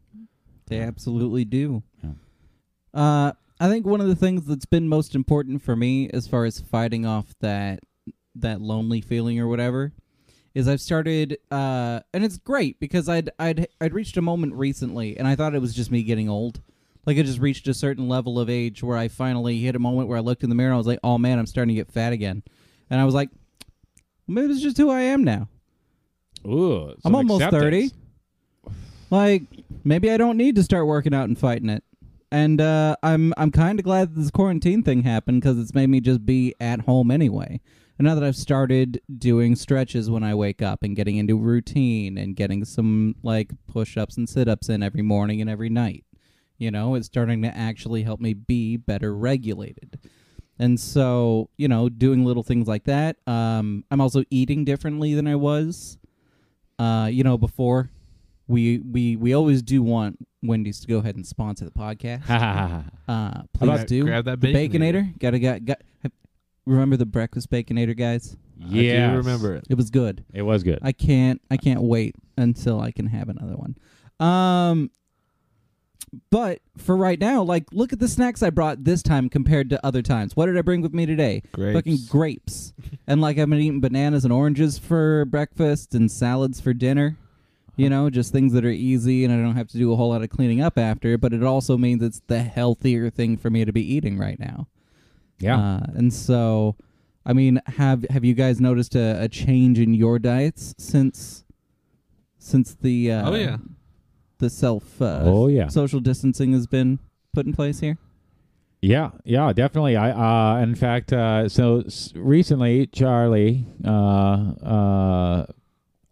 They absolutely do. Yeah. Uh, I think one of the things that's been most important for me as far as fighting off that that lonely feeling or whatever is I've started uh, and it's great because I'd I'd I'd reached a moment recently and I thought it was just me getting old. Like I just reached a certain level of age where I finally hit a moment where I looked in the mirror and I was like, "Oh man, I'm starting to get fat again." And I was like, "Maybe it's just who I am now." Ooh, I'm almost 30. Like maybe I don't need to start working out and fighting it. And uh, I'm I'm kind of glad that this quarantine thing happened because it's made me just be at home anyway. And now that I've started doing stretches when I wake up and getting into routine and getting some like push-ups and sit-ups in every morning and every night, you know, it's starting to actually help me be better regulated. And so, you know, doing little things like that. Um, I'm also eating differently than I was. Uh, you know, before we we we always do want Wendy's to go ahead and sponsor the podcast. Ha ha ha ha. Uh, please Grab- do. grab that The Baconator. Baconator. Gotta got got. have- Remember the breakfast Baconator, guys? Yes. I do remember it. It was good. It was good. I can't I can't wait until I can have another one. Um but for right now, like look at the snacks I brought this time compared to other times. What did I bring with me today? Great. Fucking grapes. and like I've been eating bananas and oranges for breakfast and salads for dinner. You know, just things that are easy and I don't have to do a whole lot of cleaning up after, but it also means it's the healthier thing for me to be eating right now. yeah. Uh, and so, I mean, have have you guys noticed a, a change in your diets since since the uh, oh yeah, the self uh, Oh, yeah. social distancing has been put in place here? yeah. Yeah. Definitely. I. Uh, in fact. Uh, so s- recently, Charlie. Uh, uh,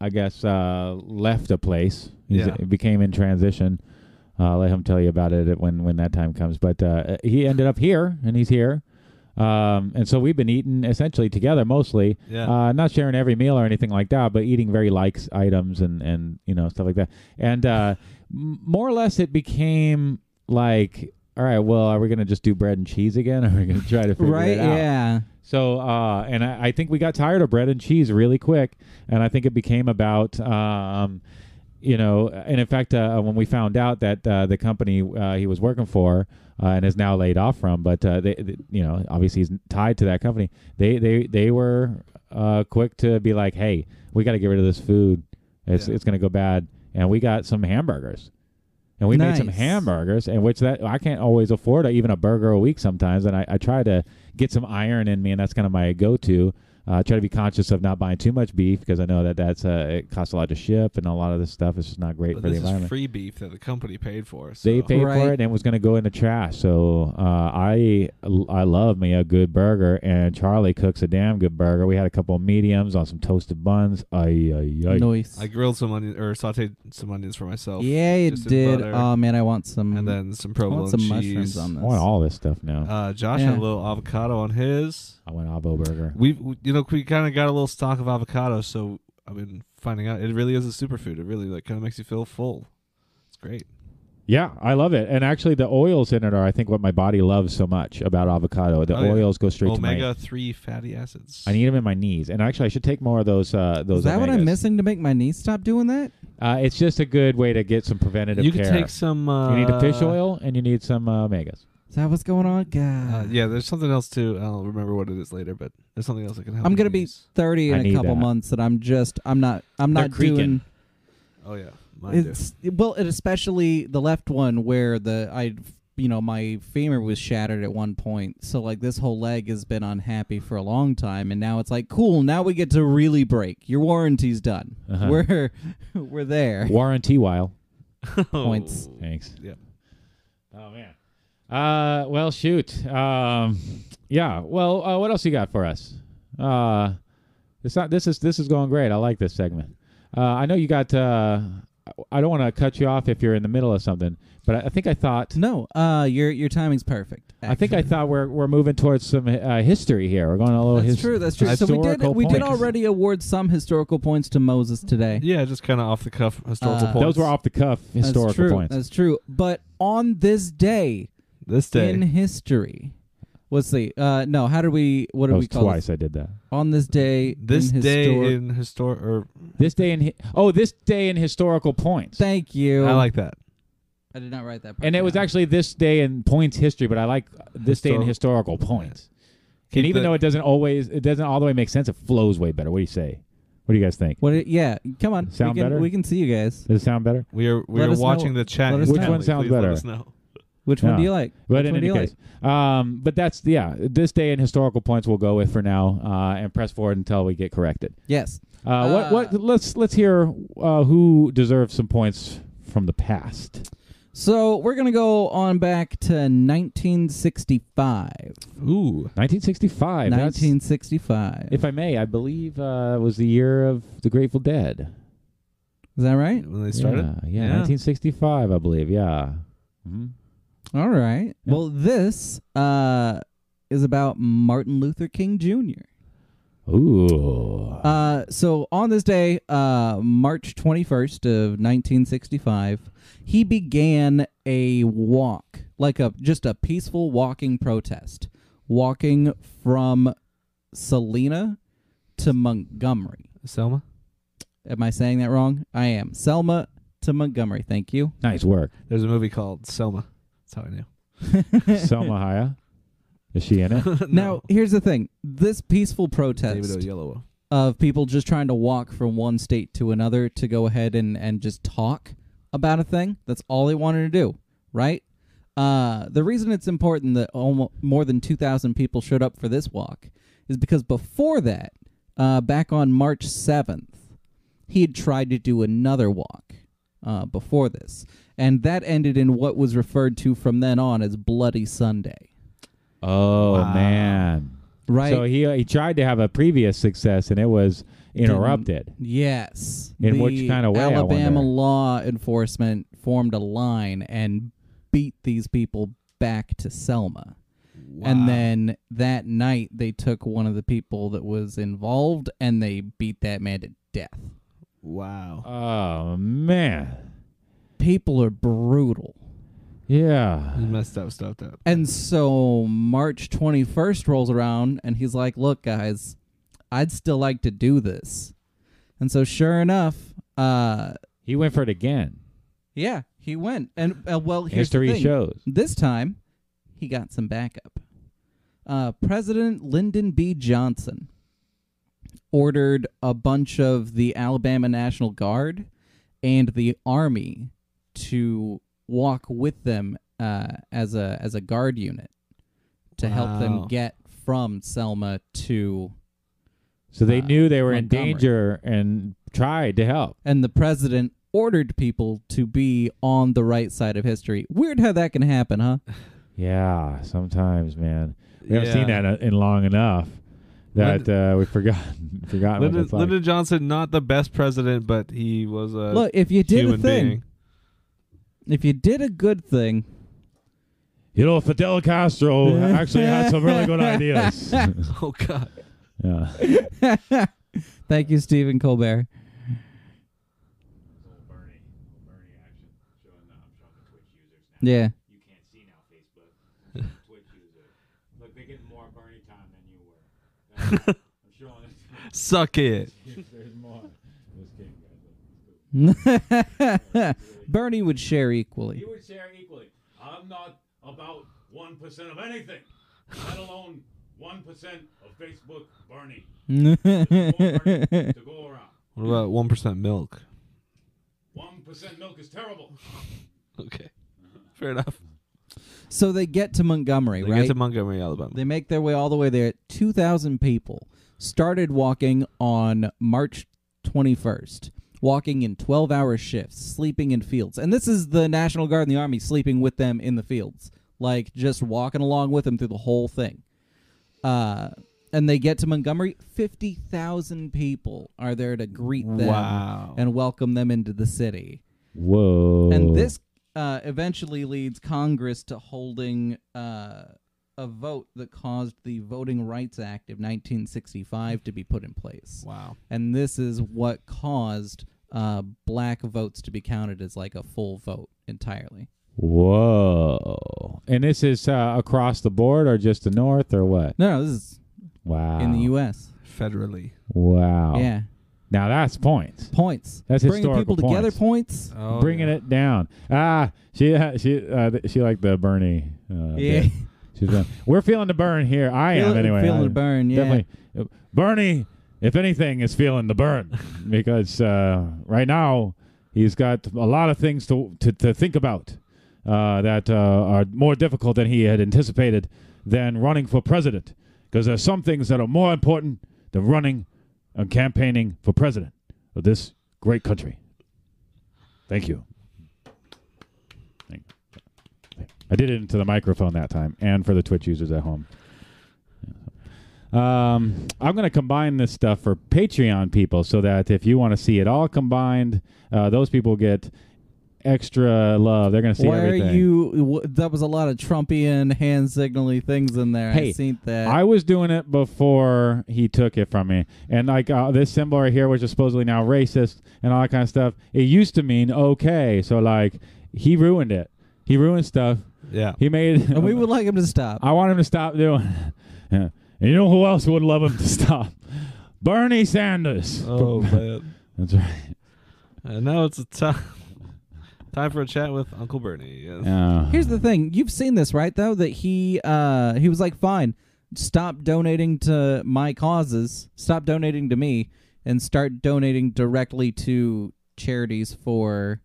I guess uh, left a place. He's, Yeah. Became in transition. Uh, I'll let him tell you about it when when that time comes. But uh, he ended up here, and he's here. Um, and so we've been eating essentially together mostly. yeah. Uh, not sharing every meal or anything like that, but eating very likes items and and you know stuff like that. And uh, m- more or less, it became like, all right, well, are we gonna just do bread and cheese again, or are we gonna try to figure Right? it out? Yeah. So, uh, and I, I think we got tired of bread and cheese really quick, and I think it became about, um, you know, and in fact, uh, when we found out that uh, the company uh, he was working for uh, and is now laid off from, but uh, they, they, you know, obviously he's tied to that company. They, they, they were uh, quick to be like, "Hey, we got to get rid of this food. It's, Yeah. it's going to go bad." And we got some hamburgers. And we made some Nice. hamburgers, and which that I can't always afford even a burger a week sometimes, and I, I try to get some iron in me, and that's kind of my go-to. Uh, try to be conscious of not buying too much beef because I know that that's uh, it costs a lot to ship and a lot of this stuff is just not great But for the this environment. is free beef that the company paid for. So. They paid Right. for it and it was going to go in the trash. So uh, I I love me a good burger, and Charlie cooks a damn good burger. We had a couple of mediums on some toasted buns. Ay, ay, ay. Noise. I grilled some onions or sauteed some onions for myself. yeah, you just in did. butter. Oh man, I want some. and Mm-hmm. then some I provolone want some cheese. mushrooms on I this. want all this stuff now. Uh, Josh had Yeah. a little avocado on his. I want Avo Burger. We've we- you know we kind of got a little stock of avocado, so I've been finding out it really is a superfood. It really like kind of makes you feel full. It's great. Yeah, I love it. And actually, the oils in it are, I think, what my body loves so much about avocado. The Oh, yeah. oils go straight to my. Omega three fatty acids. I need them in my knees, and actually, I should take more of those. Uh, those. Is that what I'm omegas. missing to make my knee stop doing that? Uh, it's just a good way to get some preventative You care. could take some. Uh, you need the fish oil, and you need some uh, omegas. Is that what's going on? God. Uh, yeah, there's something else too. I don't remember what it is later, but there's something else that can help. I'm with gonna be these. 30 I in a need couple that. months, and I'm just I'm not I'm They're not creaking. doing. Oh yeah, mine do. It's well, it especially the left one where the I you know my femur was shattered at one point, so like this whole leg has been unhappy for a long time, and now it's like cool. Now we get to really break. Your warranty's done. Uh-huh. We're we're there. Warranty while. points. Oh. Thanks. Yeah. Oh man. Uh, well, shoot. Um, yeah. Well, uh, what else you got for us? Uh, it's not. This is this is going great. I like this segment. Uh, I know you got. Uh, I don't want to cut you off if you're in the middle of something, but I, I think I thought. No, uh, your your timing's perfect. I think I thought we're we're moving towards some uh, history here. We're going a little. That's Oh, his- true. That's true. So we did historical we did points. already award some historical points to Moses today. Yeah, just kind of off the cuff historical Uh, points. Those were off the cuff historical That's true. points. That's true. But on this day, this day. in history, let's see. Uh, no, how did we? What That did was we call twice this? I did that. on this day? this in day histor- in historic. Or This day in hi- oh, this day in historical points. Thank you. I like that. I did not write that. Part And it was down. actually this day in points history, but I like this day in Histori- historical points. Keep and even the- though it doesn't always, it doesn't all the way make sense, it flows way better. What do you say? What do you guys think? What? It, yeah. Come on. Sound we can, better? We can see you guys. Does it sound better? We are we Let are us know- watching the chat. let us Which intently. one sounds Please let better? us know. Which Yeah. one do you like? But Which in one do any you case, um, but that's yeah. This day in historical points we'll go with for now, uh, and press forward until we get corrected. like? Yes. Uh, what what? Uh, Let's let's hear uh, who deserves some points from the past. So we're gonna go on back to 1965. Ooh, 1965. that's- 1965. if I may, I believe uh, was the year of the Grateful Dead. Is that right? when they started. Yeah, yeah, 1965, I believe. Yeah. hmm Mm-hmm. All right. Yeah. Well, this uh, is about Martin Luther King Jr. Ooh. Uh, so on this day, uh, March 21st of 1965, he began a walk, like a just a peaceful walking protest, walking from Salina to Montgomery. Selma. Am I saying that wrong? I am. Selma to Montgomery. Thank you. nice work. There's a movie called Selma. That's how I knew. Selma Haya. Is she in it? Now, here's the thing. This peaceful David protest Oyelowo. of people just trying to walk from one state to another to go ahead and, and just talk about a thing. That's all they wanted to do, right? Uh, the reason it's important that almost more than 2,000 people showed up for this walk is because before that, uh, back on March 7th, he had tried to do another walk uh, before this. And that ended in what was referred to from then on as Bloody Sunday, Oh, Wow. man. right? So he he tried to have a previous success and it was interrupted. Yes. In the which kind of way, I Alabama wonder? law enforcement formed a line and beat these people back to Selma. And then that night, they took one of the people that was involved and they beat that man to death. Wow. Oh, man. People are brutal. Yeah. He messed up, stuffed up. Uh, And so March 21st rolls around, and he's like, Look, guys, I'd still like to do this. And so, sure enough, uh, He went for it again. yeah, he went. And uh, well, here's the History thing. shows. This time, he got some backup. Uh, President Lyndon B. Johnson ordered a bunch of the Alabama National Guard and the Army to walk with them uh, as a as a guard unit to help Wow. them get from Selma to So they Uh, knew they were in Montgomery. danger and tried to help. and the president ordered people to be on the right side of history. Weird how that can happen, huh? Yeah, sometimes, man. We haven't Yeah. seen that in- in long enough that uh, we've forgotten forgotten what Lyndon, that's like. Lyndon Johnson, not the best president, but he was a Look, if you did a human thing, being. if you did a good thing, you know, Fidel Castro actually had some really good ideas. Oh God, yeah. thank you, Stephen Colbert. Yeah. You can't see now Facebook. Twitch user. Look, they're getting more Bernie time than you were. I'm showing it. suck it. There's more. Just kidding, guys. Bernie would share equally. He would share equally. I'm not about 1% of anything, let alone 1% of Facebook Bernie. There's more Bernie to go around. What about one percent milk? 1% milk is terrible. Okay, fair enough. so they get to Montgomery, They right? get to Montgomery, Alabama. They make their way all the way there. 2,000 people started walking on March 21st, walking in 12 hour shifts, sleeping in fields. And this is the National Guard and the Army sleeping with them in the fields, like just walking along with them through the whole thing. Uh, and they get to Montgomery. 50,000 people are there to greet them Wow. and welcome them into the city. Whoa. And this uh, eventually leads Congress to holding uh, a vote that caused the Voting Rights Act of 1965 to be put in place. wow. And this is what caused uh, black votes to be counted as like a full vote entirely. Whoa. And this is uh, across the board or just the north or what? No, no, this is Wow. in the U.S. Federally. Wow. Yeah. Now that's points. Points. That's Bringing historical people together points. Oh, Bringing yeah. it down. Ah, she she uh, th- she liked the Bernie. Uh, Yeah. bit. She's been, we're feeling the burn here. I am Feeling- anyway. feeling I- the burn, yeah. Definitely. Bernie, if anything, is feeling the burn because uh, right now he's got a lot of things to to, to think about uh, that uh, are more difficult than he had anticipated than running for president because there's some things that are more important than running and uh, campaigning for president of this great country. Thank you. Thank- I did it into the microphone that time, and for the Twitch users at home. Um, I'm going to combine this stuff for Patreon people so that if you want to see it all combined, uh, those people get extra love. They're going to see Why everything. are you? W- that was a lot of Trumpian hand signally things in there. Hey, I seen that. I was doing it before he took it from me, and like uh, this symbol right here, which is supposedly now racist and all that kind of stuff. It used to mean okay, so like he ruined it. He ruined stuff. Yeah. He made and we would like him to stop. I want him to stop doing. it. Yeah. And you know who else would love him to stop? Bernie Sanders. Oh man. That's right. And Uh, now it's a time time for a chat with Uncle Bernie. Yes. Uh, Here's the thing. You've seen this, right? Though that he uh he was like, fine, stop donating to my causes, stop donating to me, and start donating directly to charities for,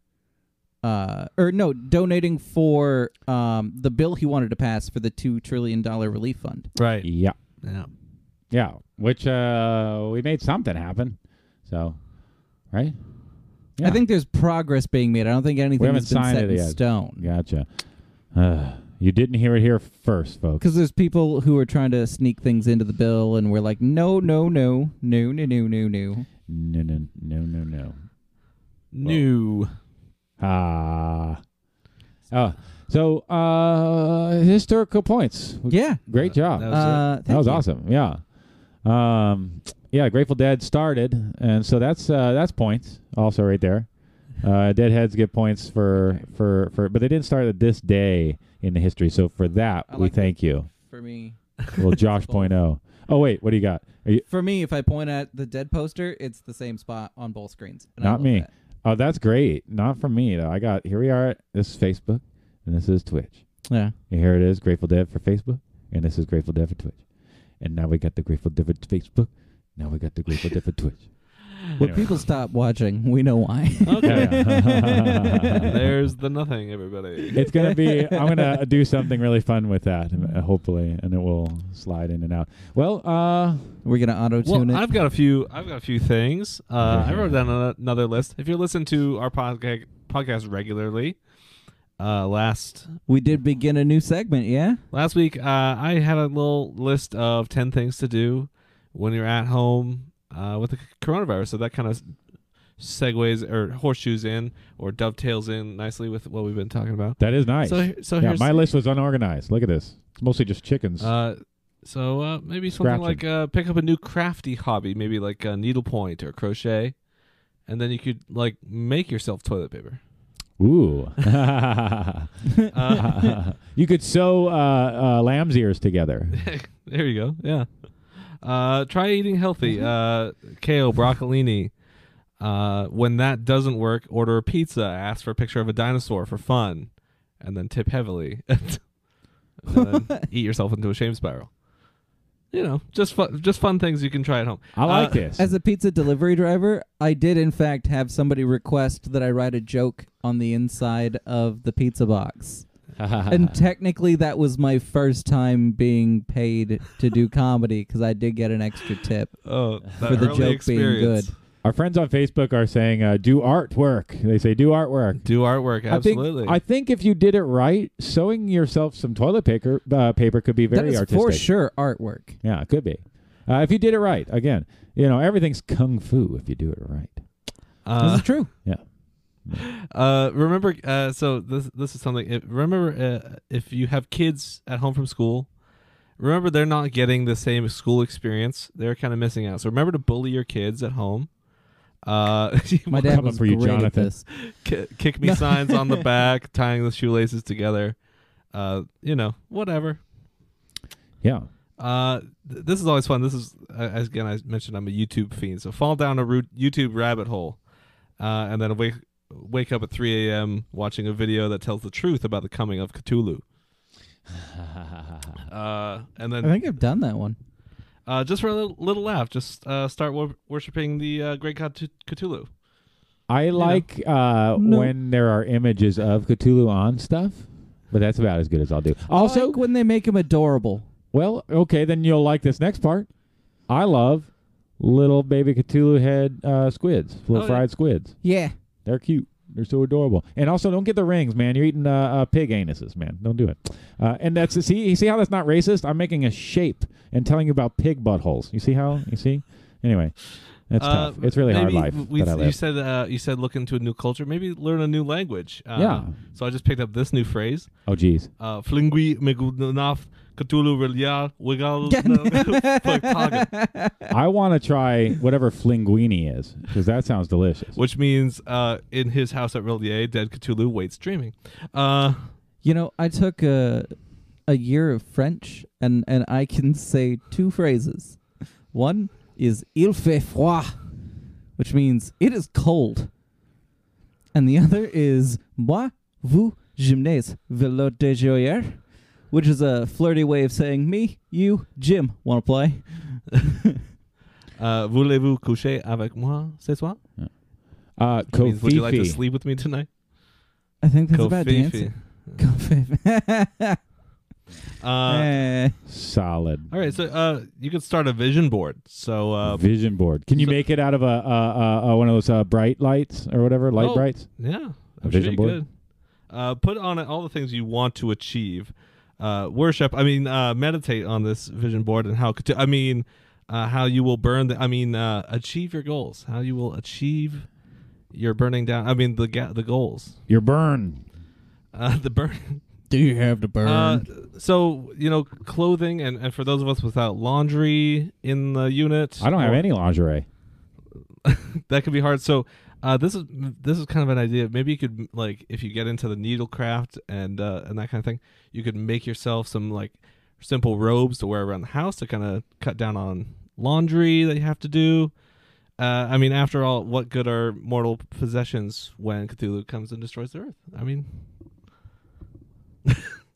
uh, or no, donating for um the bill he wanted to pass for the two trillion dollar relief fund. Right. yeah, Yeah. yeah. Which uh, we made something happen. So, right? Yeah. I think there's progress being made. I don't think anything haven't has been signed set it in yet. stone. Gotcha. Uh, you didn't hear it here first, folks. Because there's people who are trying to sneak things into the bill, and we're like, no, no, no, no, no, no, no, no. No, no, no, no, no. New. Ah. oh, so uh, historical points. Yeah. Great job. That was Uh, that thank was you. awesome. Yeah. Um, yeah, Grateful Dead started, and so that's uh, that's points also right there. Uh, Deadheads get points for for for, but they didn't start at this day in the history. So for that, I we like that. thank you. For me, Well, Josh bold. point oh. Oh wait, what do you got? Are you, for me, if I point at the dead poster, it's the same spot on both screens. and I Not love me. that. oh, that's great. Not from me though. I got here. We are. at- This is Facebook, and this is Twitch. Yeah. And here it is, Grateful Dead for Facebook, and this is Grateful Dead for Twitch. And now we got the Grateful Dead for Facebook. Now we got the Grateful Dead for Twitch. When Anyway. people stop watching, we know why. Yeah. There's the nothing, everybody. it's gonna be i'm gonna do something really fun with that uh, hopefully and it will slide in and out well uh We're gonna auto tune Well, it. I've got a few. I've got a few things. Uh, I wrote down ano- another list. If you listen to our podcast podcast regularly, uh, last we did begin a new segment, yeah. Last week, uh, I had a little list of 10 things to do when you're at home uh, with the c- coronavirus. So that kind of segues or horseshoes in or dovetails in nicely with what we've been talking about. that is nice So, so yeah, here's my list was unorganized look at this it's mostly just chickens Uh, so uh, maybe something Scratching. like uh, pick up a new crafty hobby, maybe like uh, needlepoint or crochet, and then you could like make yourself toilet paper. ooh Uh, you could sew uh, uh lamb's ears together There you go. Yeah. Uh, try eating Mm-hmm. healthy. Uh, kale, broccolini. Uh, when that doesn't work, order a pizza. Ask for a picture of a dinosaur for fun, and then tip heavily. and then eat yourself into a shame spiral. You know, just fun, just fun things you can try at home. i like Uh, this As a pizza delivery driver, I did in fact have somebody request that I write a joke on the inside of the pizza box. and technically that was my first time being paid to do comedy cuz I did get an extra tip. Oh, that For early the joke being experience. good. our friends on facebook are saying uh, do artwork they say do artwork Do artwork, absolutely. I think, I think if you did it right, sewing yourself some toilet paper uh, paper could be that very is artistic. for sure artwork. Yeah, it could be. Uh, if you did it right, again, you know everything's kung fu if you do it right. Uh, this is true. Uh, remember, uh, so this this is something. If, remember, uh, if you have kids at home from school, remember they're not getting the same school experience. They're kind of missing out. So remember to bully your kids at home. Uh, My dad coming was for you, great at Jonathan. this. ki- kick me signs on the back, tying the shoelaces together. Uh, you know, whatever. Yeah, Uh, th- this is always fun. This is uh, as again I mentioned I'm a YouTube fiend, so fall down a ru- YouTube rabbit hole, uh, and then wake wake up at 3 a.m. watching a video that tells the truth about the coming of Cthulhu. Uh, and I then think I've done that one. uh, just for a little, little laugh, just uh, start wor- worshiping the uh, great god Th- Cthulhu. I like uh, No. when there are images of Cthulhu on stuff, but that's about as good as I'll do. Also, like when they make him adorable. well, okay, then you'll like this next part. I love little baby Cthulhu head uh, squids, little Oh, yeah. fried squids. Yeah. They're cute. They're so adorable. And also, don't get the rings, man. You're eating uh, uh, pig anuses, man. Don't do it. Uh, and that's see, you see how that's not racist. I'm making a shape and telling you about pig buttholes. You see how? You see? Anyway, that's Uh, tough. It's really hard maybe life we- that I you live. said uh, you said look into a new culture. Maybe learn a new language. Uh, Yeah. So I just picked up this new phrase. Oh, geez. uh, Flingui Megunaf Cthulhu Relia Wigal Pagtaga, I want to try whatever flinguini is because that sounds delicious. which means uh, in his house at Relia, dead Cthulhu waits dreaming. Uh, You know, I took a a year of French and and I can say two phrases. One is il fait froid, which means it is cold. And the other is moi vous gymnase velo de joyer, which is a flirty way of saying me, you, Jim, want to play? uh, Voulez-vous coucher avec moi ce soir? Uh, Which means, would you like to Kofifi. sleep with me tonight? I think that's about Kofifi. dancing. Kofifi. Uh, Eh. Solid. all right, so uh, you could start a vision board. So uh, Vision board. Can you so- make it out of a uh, uh, uh, one of those uh, bright lights or whatever? Light Oh. brights? Yeah, A I'm vision sure you board? could. Uh, put on it all the things you want to achieve. Uh, worship. I mean, uh, meditate on this vision board and how. Cthul- I mean, uh, how you will burn. The, I mean, uh, achieve your goals. How you will achieve your burning down. I mean, the ga- the goals. Your burn. Uh, the burn. Do you have to burn? Uh, so you know, clothing and, and for those of us without laundry in the unit, I don't have or- any lingerie. that could be hard. So uh, this is this is kind of an idea. Maybe you could like if you get into the needlecraft and uh, and that kind of thing, you could make yourself some like simple robes to wear around the house to kind of cut down on laundry that you have to do. Uh, I mean, after all, what good are mortal possessions when Cthulhu comes and destroys the earth? I mean,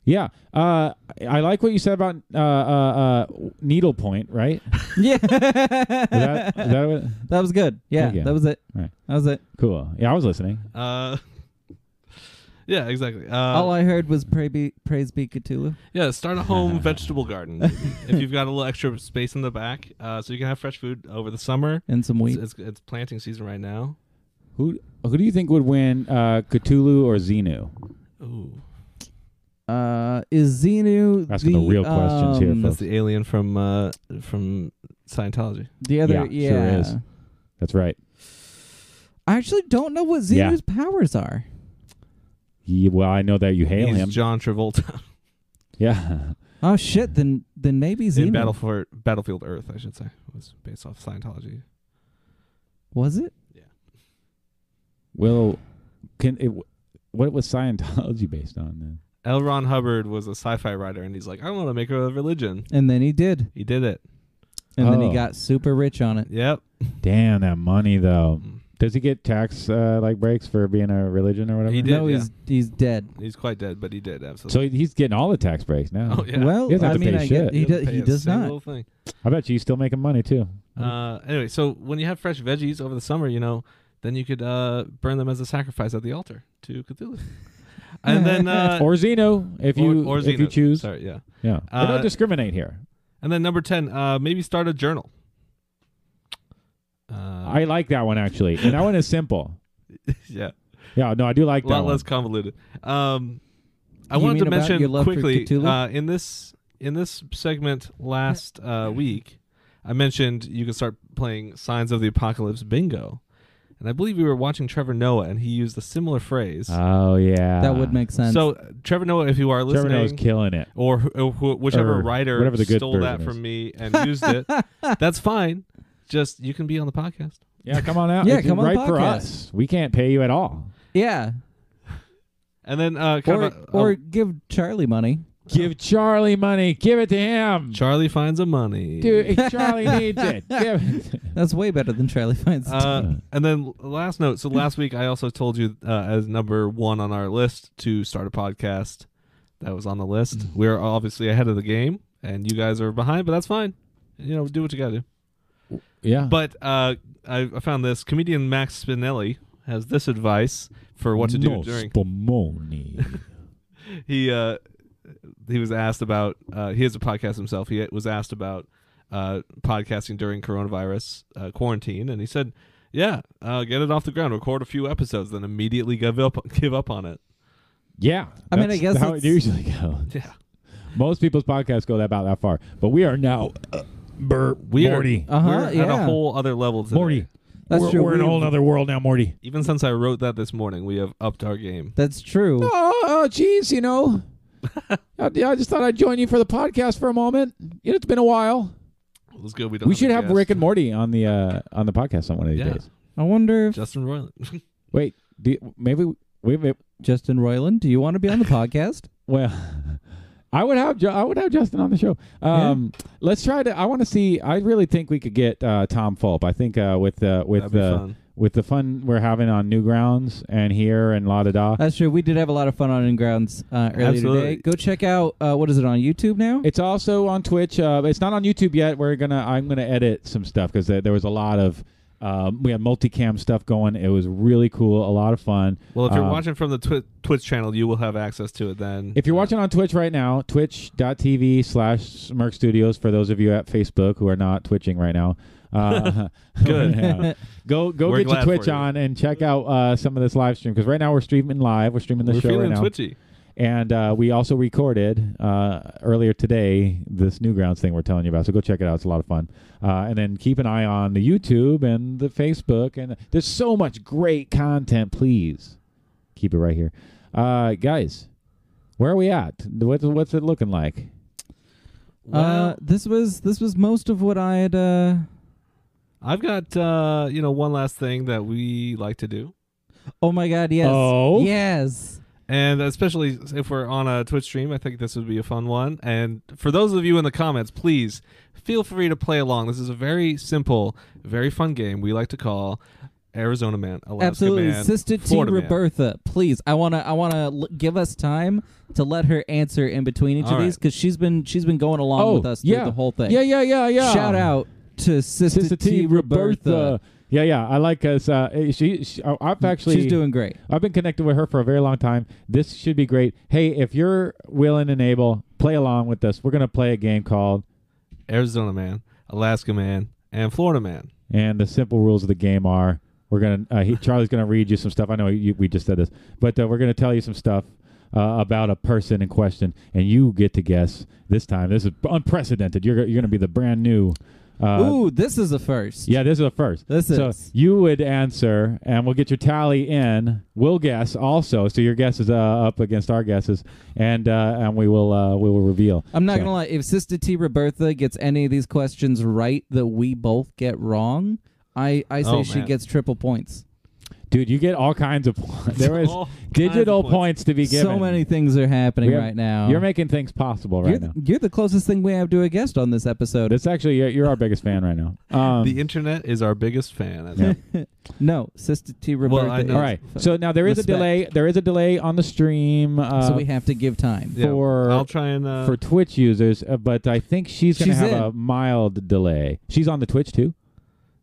Yeah, uh, I like what you said about uh, uh, uh, needlepoint. Right? Is Yeah. that, is that what? That was good. Yeah, Thank you. that was it. All right. That was it. Cool. Yeah, I was listening. Uh, yeah, exactly. Uh, All I heard was pray be, praise be Cthulhu. yeah, start a home vegetable garden maybe, if you've got a little extra space in the back, uh, so you can have fresh food over the summer. and some It's, wheat. it's, it's planting season right now. Who who do you think would win, uh, Cthulhu or Xenu? Ooh, Uh, is Xenu Asking the real questions here, um, that's the alien from uh, from Scientology. The other, Yeah, yeah, sure is. That's right. I actually don't know what Yeah. Xenu's powers are. Ye- well, I know that you hail He's him. John Travolta yeah. Oh shit! Then then maybe in Xenu Battle for Battlefield Earth, I should say, was based off Scientology. was it? Well, can it, what was Scientology based on then? L. Ron Hubbard was a sci-fi writer, and he's like, I want to make a religion. And then he did, He did it. and then Oh. he got super rich on it. Yep. Mm. Damn that money Oh. though. Does he get tax uh, like breaks for being a religion or whatever? He did, no, he's he's dead. He's quite dead, but he did absolutely. So he's getting all the tax breaks now. oh yeah. Well, He doesn't have I to mean, pay I get, shit. he, doesn't do, he pay a does single not. thing. I bet you he's still making money too. Uh, anyway, so when you have fresh veggies over the summer, you know, then you could uh, burn them as a sacrifice at the altar to Cthulhu, and then uh, or Zeno, if or- you or if you Xenos. choose. Sorry, yeah. Yeah. we Uh, don't discriminate here. And then number ten, uh, maybe start a journal. Uh, I like that one actually. And that one is simple. yeah, Yeah, no, I do like a that lot one. less convoluted. Um, I You wanted mean to about your mention love for quickly Cthulhu? uh, in this in this segment last uh, week, I mentioned you can start playing Signs of the Apocalypse Bingo, and I believe we were watching Trevor Noah, and he used a similar phrase. Oh yeah. That would make sense. So, Trevor Noah, if you are Trevor Noah's listening, killing it. or, wh- or wh- whichever Or writer whatever the good stole that version from is. me and used it, that's fine. Just you can be on the podcast. Yeah, come on out. Yeah, It's come on right for podcast. us. We can't pay you at all. yeah, And then uh, kind or of a- or a- give Charlie money. Give Charlie money. Give it to him. Charlie finds a money. Dude, Charlie needs it. Give it. That's way better than Charlie finds. Uh, and then last note. So last week I also told you uh, as number one on our list to start a podcast. That was on the list. Mm-hmm. We're obviously ahead of the game, and you guys are behind, but that's fine. You know, do what you gotta do. Yeah. But uh, I, I found this comedian Max Spinelli has this advice for what to do during Spumoni. he uh he was asked about uh he has a podcast himself he was asked about uh podcasting during coronavirus uh, quarantine and he said yeah uh get it off the ground record a few episodes then immediately give up give up on it yeah. I mean, I that's guess how it it's- usually goes. yeah Most people's podcasts go that- about that far, but we are now uh, Bert We are- Morty. uh huh. we're Yeah. at a whole other level today. Morty. That's we're, true. We're in a We- whole other world now, Morty. even since i wrote that this morning we have upped our game That's true. Oh, oh, geez, you know. I, I just thought I'd join you for the podcast for a moment. You know, It's been a while. it was good we, don't We should a have guest. Rick and Morty on the uh, on the podcast on one of these Yeah. days. I wonder if justin roiland Wait, do you- maybe we may- Justin Roiland, do you want to be on the podcast? Well, I would have Ju- I would have Justin on the show. Um, Let's try to. I want to see. I really think we could get uh, Tom Fulp. I think uh, with uh, with That'd be the fun. with the fun we're having on Newgrounds and here and La Da Da. That's true. We did have a lot of fun on Ingrounds uh, earlier Absolutely. today. Go check out uh, what is it on YouTube now? It's also on Twitch. Uh, it's not on YouTube yet. We're gonna. I'm gonna edit some stuff because there, there was a lot of. Um, we had multicam stuff going. It was really cool. A lot of fun. well if you're Um, watching from the twi- twitch channel you will have access to it then If you're watching on Twitch right now, twitch.tv slash Smirk Studios for those of you at Facebook who are not twitching right now. Uh, Good. yeah. Go go We're get your glad for Twitch you. on and check out uh, some of this live stream because right now we're streaming live. We're streaming the we're show feeling right now. twitchy And uh, we also recorded uh, earlier today this Newgrounds thing we're telling you about. So go check it out. It's a lot of fun. Uh, and then keep an eye on the YouTube and the Facebook. And there's so much great content. Please keep it right here. Uh, guys, where are we at? What's, what's it looking like? uh, this was this was most of what I had. Uh, I've got uh, you know one last thing that we like to do, oh my God! Yes. Oh. Yes. and especially if we're on a Twitch stream, I think this would be a fun one. And for those of you in the comments, please feel free to play along. This is a very simple, very fun game we like to call Arizona man, Alaska Absolutely, man, Sister T. Florida man. Roberta, please. I wanna, I wanna l- give us time to let her answer in between each All of right. these because she's been, she's been going along oh, with us yeah. through the whole thing. Yeah, yeah, yeah, yeah. Shout out to Sister, Sister T. Roberta. Yeah, yeah. I like us. Uh, she, she, I- I've actually. She's doing great. I've been connected with her for a very long time. This should be great. Hey, if you're willing and able, play along with us. We're gonna play a game called Arizona man, Alaska man, and Florida man. And the simple rules of the game are: we're gonna uh, he, Charlie's gonna read you some stuff. I know you, we just said this, but uh, we're gonna tell you some stuff uh, about a person in question, and you get to guess this time. This is unprecedented. You're you're gonna be the brand new. Uh, Ooh, this is a first. Yeah, this is a first. This so is- you would answer, and we'll get your tally in. We'll guess also, so your guess is uh, up against our guesses, and uh, and we will uh, we will reveal. I'm not So- gonna lie. If Sister T. Roberta gets any of these questions right that we both get wrong, I I say Oh, she man. gets triple points. dude. You get all kinds of points. There is All kinds of digital points. to be given. So many things are happening We have- right now. You're making things possible right you're, now. you're the closest thing we have to a guest on this episode. That's actually you're, you're our biggest fan right now. Um, The internet is our biggest fan. I Yeah. think. no, Sister T. Roberta. I know. all right. So now there is Respect. a delay. There is a delay on the stream uh, is- so we have to give time. Yeah, For- I'll try and uh, for Twitch users, uh, but I think she's going to She's have in. a mild delay. She's on the Twitch too.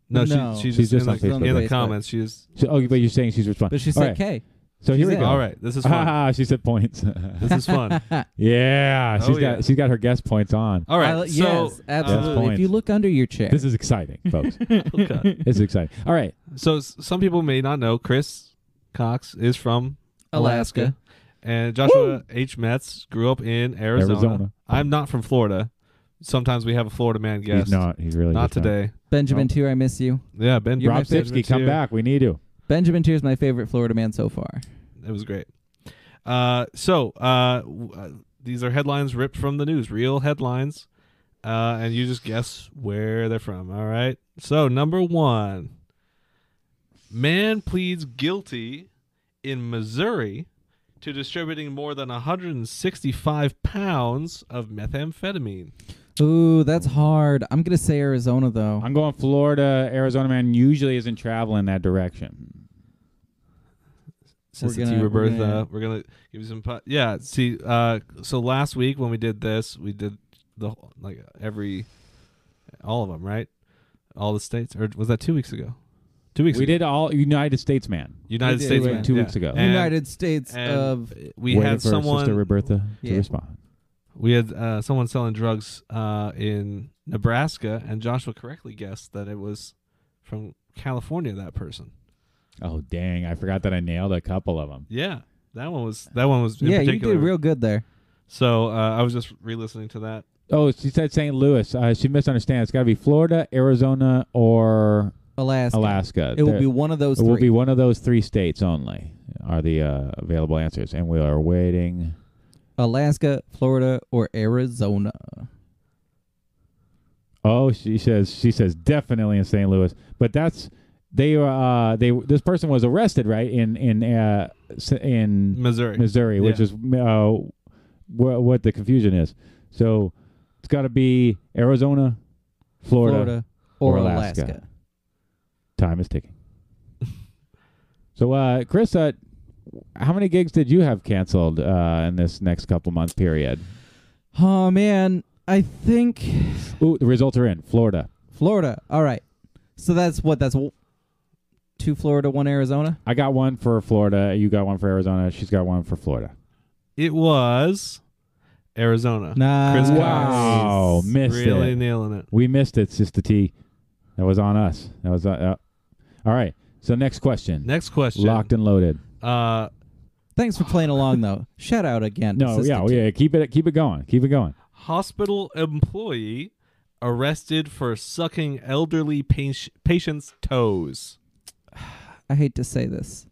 no, No. She, she's, She's just just on in, the, Facebook. in the Facebook. comments. She's So, oh, but you're saying she's responding. But she all said right. "K." So here she's we in. go. all right. This is fun. Ah, she said points. this is fun. yeah, Oh, she's yeah. got she's got her guest points on. All right. I- so yes, absolutely. if uh, points. you look under your chair, This is exciting, folks. uh, okay. this is exciting. All right. so s- some people may not know Chris Cox is from Alaska. Alaska. and Joshua H. Metz grew up in Arizona. Arizona. I'm not from Florida. Sometimes we have a Florida man guest. He's not. He's really Not just today. Benjamin Oh. Tier, I miss you. Yeah, Ben. You're Rob my favorite Sipsky, come too. back. We need you. Benjamin Tier is my favorite Florida man so far. It was great. Uh, so uh, w- uh, these are headlines ripped from the news, real headlines, uh, and you just guess where they're from. All right. So number one, man pleads guilty in Missouri to distributing more than 165 pounds of methamphetamine. Ooh, that's hard. I'm gonna say Arizona though. I'm going Florida. Arizona man usually isn't traveling that direction. We're Since it's gonna- you, we're Roberta, gonna- we're gonna give you some. Po- yeah. See. Uh. So last week when we did this, we did the whole- like every, all of them, right? All the states, or was that two weeks ago? Two weeks. We ago. did all United States man. United we did States two- man, two yeah. weeks ago. And- United States and of we Waiting had for Sister someone. Roberta Yeah. to respond. We had uh, someone selling drugs uh, in Nebraska, and Joshua correctly guessed that it was from California. That person. Oh dang! I forgot that I nailed a couple of them. Yeah. That one was. That one was. In yeah, Particular. you did real good there. so uh, I was just re-listening to that. Oh, she said St. Louis. Uh, she misunderstands. It's got to be Florida, Arizona, or Alaska. Alaska. It will There- be one of those it will three. be one of those three states only. Are the uh, available answers, and we are waiting. Alaska, Florida, or Arizona. Oh, she says she says definitely in St. Louis, but that's they uh they this person was arrested right in in uh s- in Missouri. Missouri, which Yeah. is uh what what the confusion is. So it's got to be Arizona, Florida. or, or Alaska. Alaska. Time is ticking. so uh Chris, uh, how many gigs did you have canceled uh in this next couple month period? Oh man, I think Ooh, the results are in Florida. Florida. All right. So that's what that's w- two Florida, one Arizona. I got one for Florida. You got one for Arizona. She's got one for Florida. It was Arizona. Uh, Nice. Cox. Wow, missed really it. nailing it. We missed it, Sister T. That was on us. That was uh, uh, all right. So next question, Next question. locked and loaded. Uh, Thanks for playing along though. Shout out again. No, Sister yeah, T. yeah. Keep it, keep it going, keep it going. hospital employee arrested for sucking elderly pati- patient's toes. I hate to say this.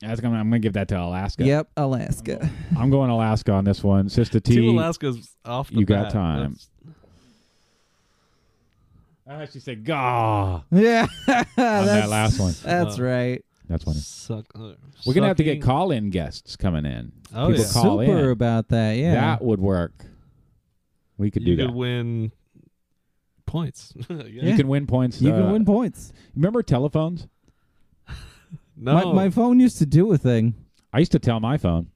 That's gonna, I'm gonna give that to Alaska. Yep, Alaska. I'm going Alaska on this one, Sister T. Team Alaska's off the you got bat. time. That's- I actually said "Gah" yeah. on that's, that last one. that's Uh, right. That's funny. Suck, uh, We're gonna have to get sucking- call-in guests coming in. Oh, People yeah. call- Super in. about that. Yeah. That would work. We could You do could that. win points. yeah. You can win points. you uh, can win points. Remember telephones? No, My, my phone used to do a thing. I used to tell my phone.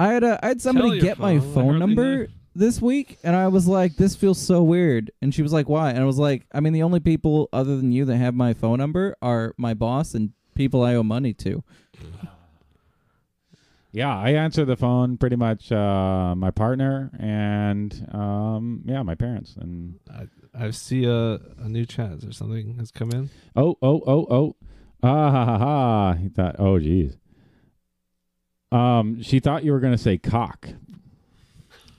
I had a, I had somebody your get my phone. I phone hardly number this week, and I was like, "This feels so weird." And she was like, "Why?" And I was like, "I mean, the only people other than you that have my phone number are my boss and people I owe money to." Yeah, I answer the phone pretty much uh, my partner and um, yeah, my parents and I, I see a, a new chat or something has come in. oh oh oh oh ah ha ha ha. He thought oh geez. Um, she thought you were gonna say cock,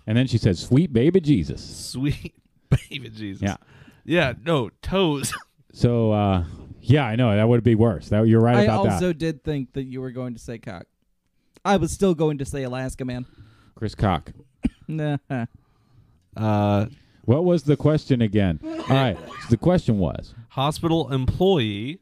and then she said, "Sweet baby Jesus." Sweet baby Jesus. Yeah. Yeah. No toes. So uh, yeah, I know that would be worse. That you're right I about also that, did think that you were going to say cock. I was still going to say Alaska man. Chris Cock. Nah. uh, What was the question again? All right, so the question was hospital employee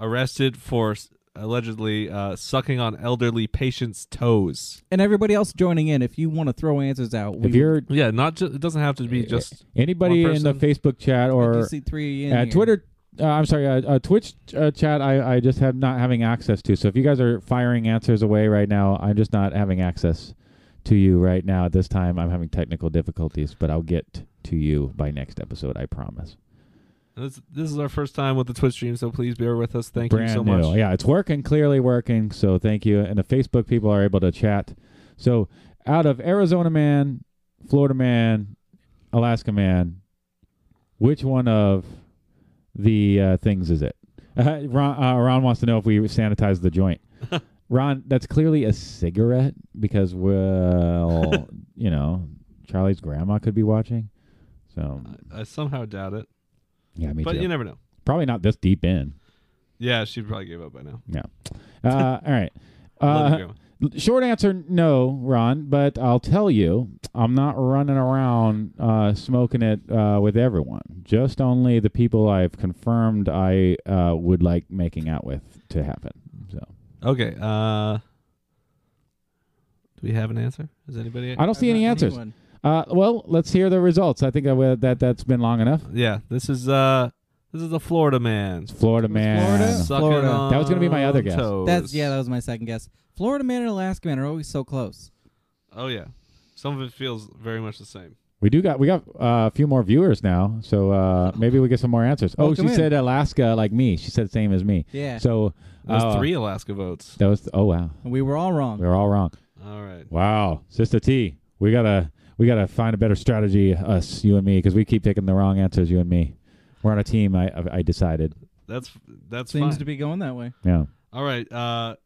arrested for s- allegedly uh, sucking on elderly patients' toes. And everybody else joining in, if you want to throw answers out, we if you're Yeah, not ju- it doesn't have to be just anybody one in the person? Facebook chat I do or see three in uh, here. Twitter. Uh, I'm sorry, uh, uh, Twitch uh, chat. I, I just have not having access to. So if you guys are firing answers away right now, I'm just not having access to you right now. At this time, I'm having technical difficulties, but I'll get to you by next episode. I promise. This, this is our first time with the Twitch stream, so please bear with us. Thank Brand you so new. much. Yeah, it's working, clearly working. So thank you. And the Facebook people are able to chat. So out of Arizona man, Florida man, Alaska man, which one of the uh, things is it? Uh, Ron, uh, Ron wants to know if we sanitize the joint. Ron, that's clearly a cigarette because, well, you know, Charlie's grandma could be watching. So, I, I somehow doubt it, yeah, Uh, me but too. you never know. Probably not this deep in. Yeah, she probably gave up by now. Uh, all right. Let Uh, it go. L- Short answer, no, Ron. But I'll tell you, I'm not running around uh, smoking it uh, with everyone. Just only the people I've confirmed I uh, would like making out with to happen. So Okay. Uh, do we have an answer? Is anybody? I don't see any answers. Anyone. Uh, well, let's hear the results. I think that we- that that's been long enough. yeah. This is uh, this is a Florida man. It's Florida man. Florida? Sucking Florida. on That was gonna be my other guess. toes. That's yeah, that was my second guess. Florida man and Alaska man are always so close. oh yeah. Some of it feels very much the same. We do got we got uh, a few more viewers now, so uh, maybe we get some more answers. Oh, Welcome she in. said Alaska like me. She said same as me. Yeah. So There's uh, three Alaska votes. That was oh wow. And we were all wrong. We were all wrong. All right. Wow, Sister T, we gotta we gotta find a better strategy, us, you and me, because we keep taking the wrong answers, you and me. We're on a team. I I- I decided. That's that's Seems fine. to be going that way. Yeah. All right. Uh,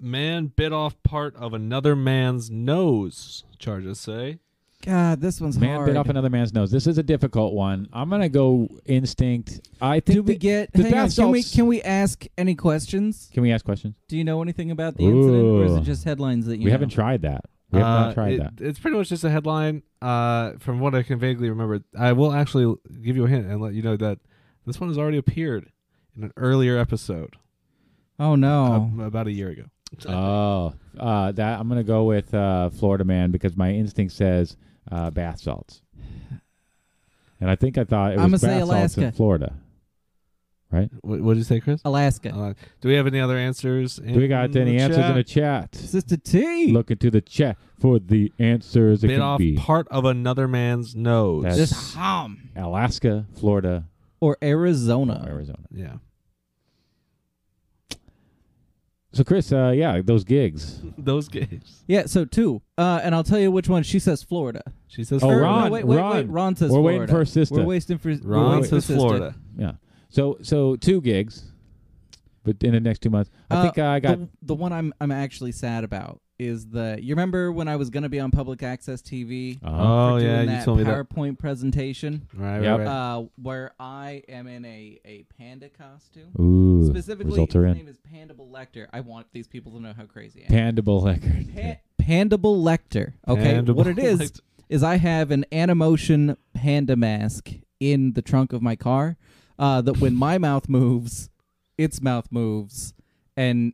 man bit off part of another man's nose. Charges say. God, this one's Man hard. bit off another man's nose. This is a difficult one. I'm gonna go instinct. I think. Do we that- get? the hang on, bath can we salts- can we ask any questions? Can we ask questions? Do you know anything about the incident, or is it Ooh. just headlines that you? we know? haven't tried that. We have Uh, not tried it- that. It's pretty much just a headline. Uh, from what I can vaguely remember, I will actually give you a hint and let you know that this one has already appeared in an earlier episode Oh no! ab- about a year ago. Oh, uh, that I'm gonna go with uh, Florida man because my instinct says uh, bath salts, and I think I thought it was I'ma bath say salts in Alaska. Florida. What, what did you say, Chris? Alaska. Uh, do we have any other answers? Do we got any answers in the chat? Sister T. Look into the chat for the answers. It Bit could off be part of another man's nose. That's- just hum. Alaska, Florida, Or or Arizona. Arizona. yeah. So, Chris, uh, yeah, those gigs. Those games. Yeah. So two. Uh, and I'll tell you which one. She says Florida. She says. Oh, Or, Florida. Ron, No, wait, wait, wait. Ron. Ron says We're Florida. waiting for a sister. We're wasting for. we're Ron waiting for says sister. Florida. yeah. So, so two gigs, but in the next two months, I Uh, think I got. the, the one I'm I'm actually sad about is the you remember when I was gonna be on public access TV Uh-huh. Oh for doing yeah, that you told me that. PowerPoint presentation Right, Yep. right, right. uh, where I am in a, a panda costume. Ooh, Specifically, results his are in. name is Pandable Lecter. I want these people to know how crazy I am. Pandable record. Pa- Pandable Lecter. Okay, Pandable what it is Lecter. is I have an Animotion panda mask in the trunk of my car. Uh, that when my mouth moves, its mouth moves, and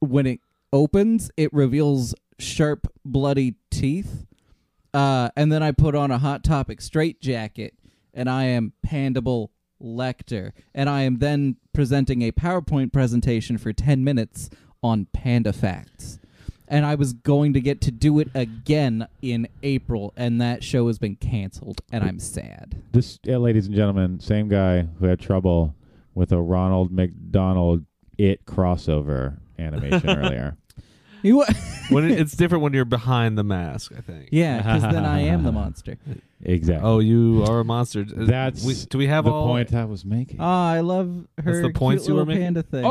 when it opens, it reveals sharp, bloody teeth. Uh, and then I put on a Hot Topic straight jacket, and I am Pandable Lecter. And I am then presenting a PowerPoint presentation for 10 minutes on panda facts. And I was going to get to do it again in April, and that show has been canceled, and I'm sad. This, yeah, ladies and gentlemen, same guy who had trouble with a Ronald McDonald it crossover animation earlier. You wa- when it, it's different when you're behind the mask, I think. yeah, because then I am the monster. Exactly. Oh, you are a monster. Is- that's we, do we have the all? point I was making. Ah, I love her the points cute you were little making? panda thing.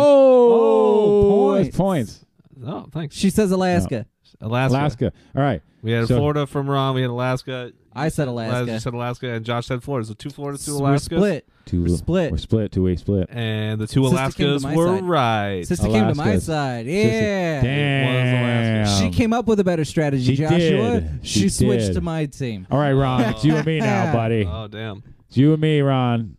oh, points. it's points. Oh, thanks. She says Alaska. Alaska. Alaska. All right. We had So- Florida from Ron. We had Alaska. I said Laz Alaska. just said Alaska, and Josh said Florida. So two Floridas, two S- Alaskas, We're split. Two, We're split. We're split. Two way split. and the two Sister came to Alaskas my were side. right. Sister came to my Alaska's- side. Sister- Yeah. Damn. She came up with a better strategy, She Joshua. did. She, She switched did. to my team. All right, Ron. It's you and me now, buddy. Oh damn! It's you and me, Ron.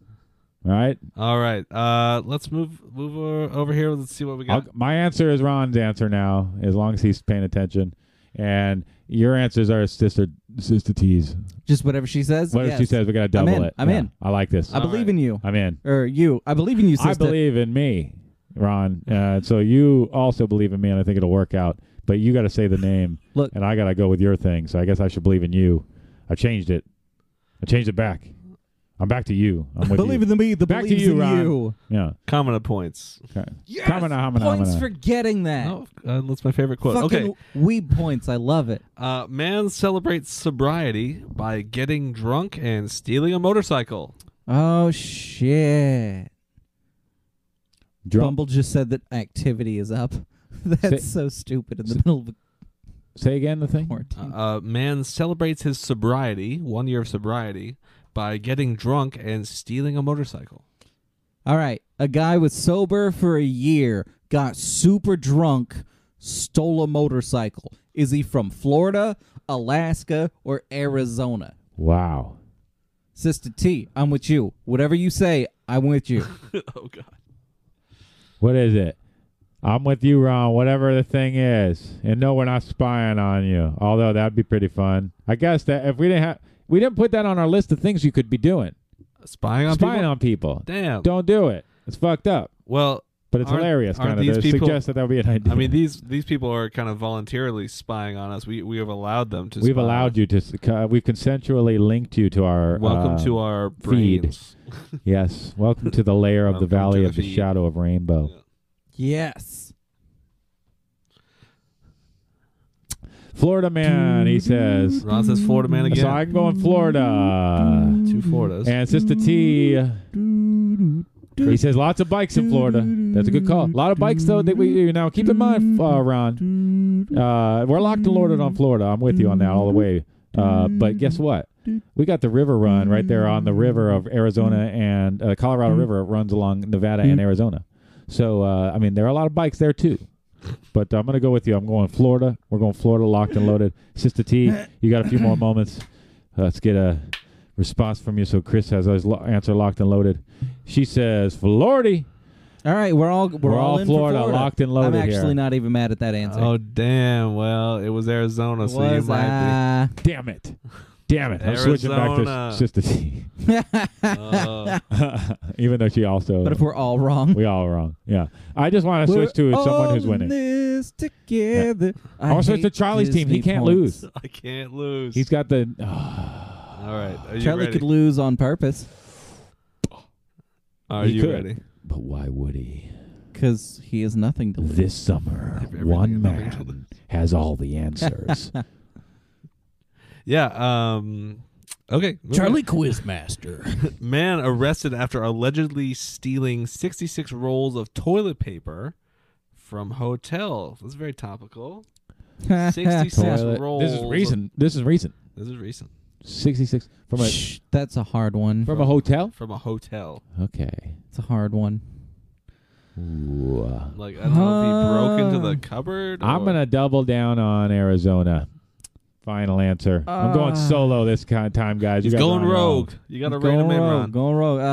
All right. All right, uh, let's move move o- over here. Let's see what we I'll, got. my answer is Ron's answer now, as long as he's paying attention. And your answers are sister sister tease. Just whatever she says. Whatever yes. she says, we gotta double in. it. I'm Yeah. in. I like this. I All believe right. in you. I'm in. Or you. I believe in you, sister. I believe in me, Ron. Uh, so you also believe in me, and I think it'll work out. But you got to say the name, Look. and I got to go with your thing. So I guess I should believe in you. I changed it. I changed it back. I'm back to you. I'm with Believe you. in me. The Back to believes you, in Ron. you. yeah. Comment of points. Yes. Kamina, hamina, points hamina. for getting that. Oh, uh, that's my favorite quote. Fucking Okay, we points. I love it. uh, man celebrates sobriety by getting drunk and stealing a motorcycle. Oh shit. Drum- Bumble just said that activity is up. That's so stupid in the middle of a say again the thing. quarantine. Uh, uh, man celebrates his sobriety, one year of sobriety, by getting drunk and stealing a motorcycle. All right. A guy was sober for a year, got super drunk, stole a motorcycle. Is he from Florida, Alaska, or Arizona? Wow. Sister T, I'm with you. Whatever you say, I'm with you. oh God. What is it? I'm with you, Ron. Whatever the thing is, and no, we're not spying on you. Although that'd be pretty fun. I guess that if we didn't have, we didn't put that on our list of things you could be doing. Spying on spying people. on people. Damn. Don't do it. It's fucked up. Well, But it's Aren't- hilarious, aren't kind of. these to people- suggest that that would be an idea. I mean, these these people are kind of voluntarily spying on us. We we have allowed them to. we've spy. allowed you to. s- Uh, we've consensually linked you to our. Welcome uh, to our feed. brains. Yes, welcome to the layer of the Welcome to valley the of the feed. shadow of rainbow. yes. Florida man, he says. Ron says Florida man again. So I can go in Florida. Two Floridas. And Sister T, he says lots of bikes in Florida. That's a good call. A lot of bikes though that we do now. Keep in mind, uh, Ron, uh, we're locked and loaded on Florida. I'm with you on that all the way. Uh, but guess what? We got the river run right there on the river of Arizona and uh, Colorado River runs along Nevada and Arizona. So uh, I mean, there are a lot of bikes there too. But I'm gonna go with you. I'm going Florida. We're going Florida, locked and loaded. Sister T, you got a few more moments. Let's get a response from you. So Chris has his lo- answer locked and loaded. She says, "Florida." All right, we're all we're, We're all in Florida, for Florida. locked and loaded I'm actually here. not even mad at that answer. Oh damn! Well, it was Arizona, so you Was might I- Damn it! Damn it! I'm switching back to Arizona. Sister T, be. Uh, even though she also. But if we're all wrong, we all are wrong. Yeah, I just want to we're switch to all someone who's in winning. This together. I want to switch to hate Charlie's team. He Disney can't points. lose. I can't lose. He's got the. oh, All right. Are you Charlie ready? could lose on purpose Are He you could. ready? but why would he? because he has nothing to lose. This summer, Everything one and nothing to man has all the answers. Yeah. Um. Okay. moving Quizmaster. on. Man arrested after allegedly stealing 66 rolls of toilet paper from hotel. That's very topical. 66 Toilet- rolls. This is of- recent. This is recent. This is recent. Sixty-six from a Shh, that's a hard one. from a hotel. From a hotel. Okay. It's a hard one. Ooh, uh, Like I don't know if he broke into Uh, the cupboard. I'm or- gonna double down on Arizona. Final answer. I'm going Ah. solo this kind of time, guys. He's you guys going are on your own. rogue. You got to rein Going him in, rogue, Ron. Going rogue. Uh,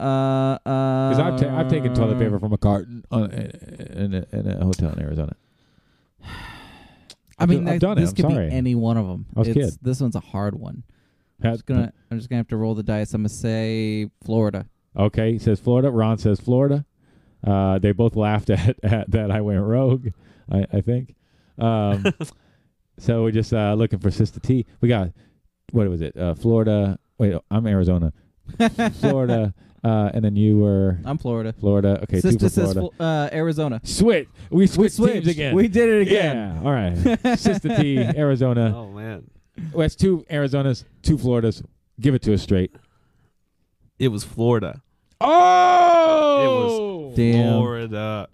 uh, um, uh. Because I've, ta- I've taken toilet paper from a carton on, in, a, in a hotel in Arizona. I mean, I've that- done it. this I'm could sorry. be any one of them. I was a it's, kid. This one's a hard one. I'm That's just gonna. I'm just gonna have to roll the dice. I'm gonna say Florida. Okay, he says Florida. Ron says Florida. Uh, they both laughed at, at that I went rogue, I, I think. Um, so we're just uh, looking for Sister T. We got, what was it? Uh, Florida. Wait, I'm Arizona. Florida. Uh, and then you were I'm Florida. Florida. Okay, two Sister for says Florida. Fl- uh, Arizona. Switch. We switched teams again. We did it again. Yeah. All right. Sister T, Arizona. Oh man, Well, that's two Arizonas, two Floridas. Give it to us straight. it was Florida. Oh! Damn. Florida.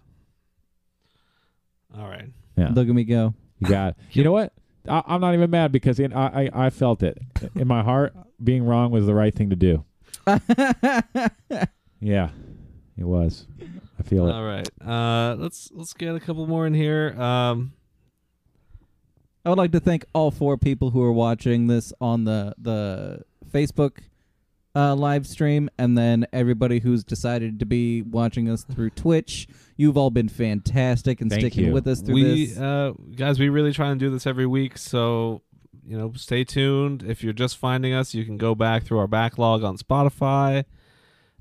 All right. Yeah. Look at me go. You got it. You know what? I, I'm not even mad because in, I, I I felt it in my heart. Being wrong was the right thing to do. Yeah, it was. I feel it. All right. Uh, let's let's get a couple more in here. Um, I would like to thank all four people who are watching this on the the Facebook uh, live stream, and then everybody who's decided to be watching us through Twitch. You've all been fantastic and Thank sticking you. with us through we this. uh, guys, we really try and do this every week, so you know, stay tuned. If you're just finding us, you can go back through our backlog on Spotify.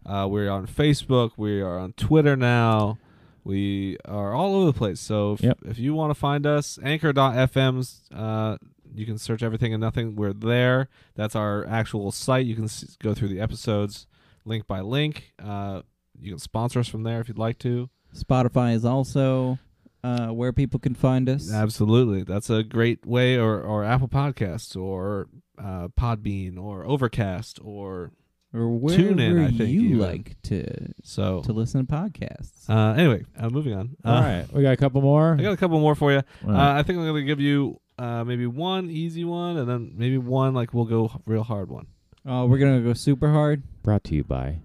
Uh, we're on Facebook. We are on Twitter now. We are all over the place. So if, Yep. if you want to find us, anchor.fm's, uh, you can search everything and nothing. We're there. That's our actual site. You can s- go through the episodes link by link. Uh, you can sponsor us from there if you'd like to. Spotify is also uh, where people can find us. Uh, Absolutely. That's a great way, or, or Apple Podcasts, or uh, Podbean, or Overcast, or or wherever tune in, I think, you even. like to so. to listen to podcasts. Uh, anyway, uh, moving on. Uh, All right, we got a couple more. I got a couple more for you. All Uh, right. I think I'm going to give you uh, maybe one easy one, and then maybe one, like, we'll go h- real hard one. oh, we're gonna go super hard. Brought to you by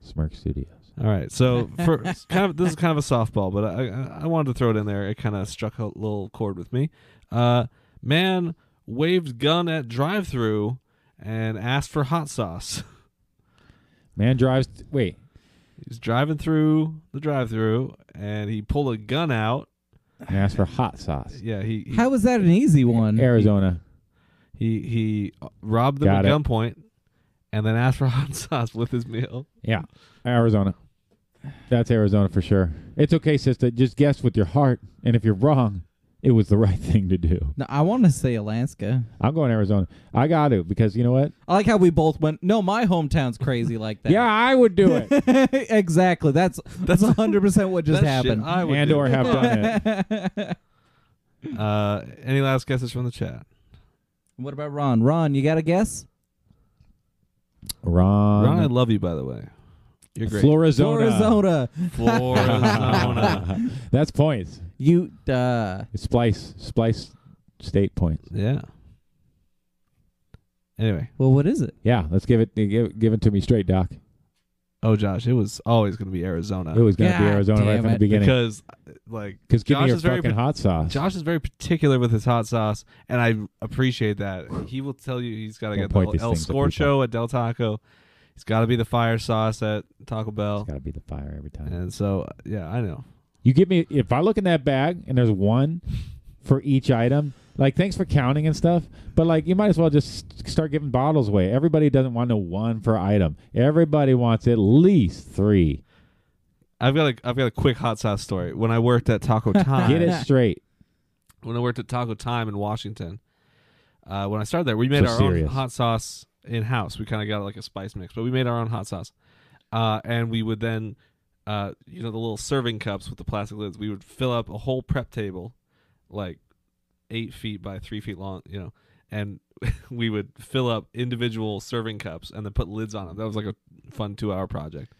Smirk Studios. All right. So, for kind of this is kind of a softball, but I, I, I wanted to throw it in there. It kind of struck a little chord with me. Uh, man waved gun at drive through and asked for hot sauce. Man drives. wait. He's driving through the drive-through, and he pulled a gun out. And asked for hot sauce. Yeah, he he How was that an easy Mm-hmm. one? Arizona. he, he robbed them Got at it. gunpoint, and then asked for hot sauce with his meal. Yeah. Arizona. That's Arizona for sure. It's okay, sister. Just guess with your heart. And if you're wrong, it was the right thing to do. No, I want to say Alaska. I'm going Arizona. I got to because you know what? I like how we both went. No, my hometown's crazy like that. Yeah, I would do it. exactly. That's that's hundred percent what just That happened. Shit I would and do. or have done it. Uh, any last guesses from the chat? what about Ron? Ron, you got a guess? Ron. Ron, I love you by the way. You're great. Florizona. Arizona. Florizona. That's points. You uh It's Splice. Splice state points. yeah. Anyway, well what is it? Yeah, let's give it give, give it to me straight, Doc. oh Josh, it was always going to be Arizona It was gonna be God Arizona right damn from the it. beginning. because, uh, like, Because give Josh me your is very fucking hot sauce. Josh is very particular with his hot sauce, and I appreciate that. He will tell you he's got to Don't get point the these El things at Scorcho at Del Taco. He's got to be the fire sauce at Taco Bell. Got to be the fire every time. And so, yeah, I know. You give me if I look in that bag and there's one for each item. Like thanks for counting and stuff, but like you might as well just start giving bottles away. Everybody doesn't want no one per item. Everybody wants at least three. I've got a I've got a quick hot sauce story. When I worked at Taco Time, Get it straight. when I worked at Taco Time in Washington, uh, when I started there, we made So our own serious. hot sauce in house. We kind of got like a spice mix, but we made our own hot sauce, uh, and we would then, uh, you know, the little serving cups with the plastic lids. We would fill up a whole prep table, like eight feet by three feet long, you know, and we would fill up individual serving cups and then put lids on them. That was like a fun two-hour project.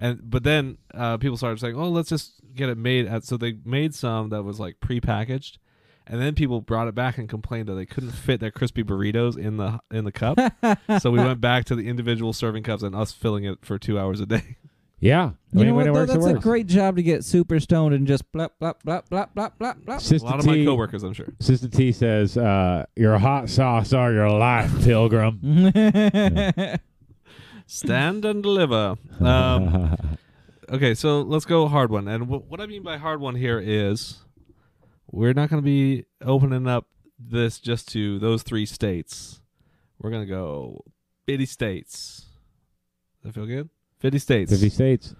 And but then uh, people started saying, "Oh, let's just get it made." At, so they made some that was like prepackaged, and then people brought it back and complained that they couldn't fit their crispy burritos in the in the cup. so we went back to the individual serving cups and us filling it for two hours a day. Yeah, You I mean, know when what, it though? works, it That's a works. great job to get super stoned and just blop blop blop blop blop blop blop. a Sister lot of T, my coworkers, I'm sure. Sister T says, uh, "Your hot sauce or your life, Mm. pilgrim." Stand and deliver. Um, okay, so let's go hard one. And wh- what I mean by hard one here is we're not going to be opening up this just to those three states. We're going to go bitty states. Does that feel good? 50 states. 50 states.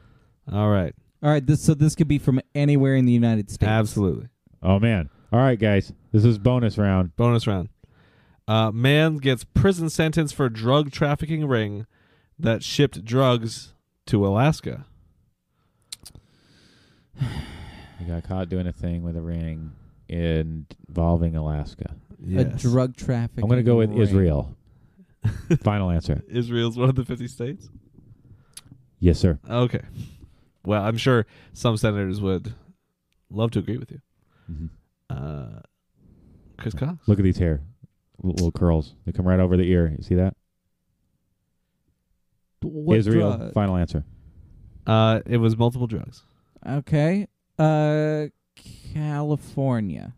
All right. All right, this so this could be from anywhere in the United States. Absolutely. Oh, man. All right, guys. This is bonus round. Bonus round. Uh, man gets prison sentence for drug trafficking ring that shipped drugs to Alaska. I got caught doing a thing with a ring involving Alaska. A Yes. drug trafficking. I'm going to go with ring. Israel. Final answer. Israel's one of the 50 states? Yes, sir. Okay. Well, I'm sure some senators would love to agree with you. Mhm. Uh, Chris Cox. Look at these hair. L- little curls. They come right over the ear. You see that? What Israel. drug? Final answer. Uh, it was multiple drugs. Okay. Uh, California.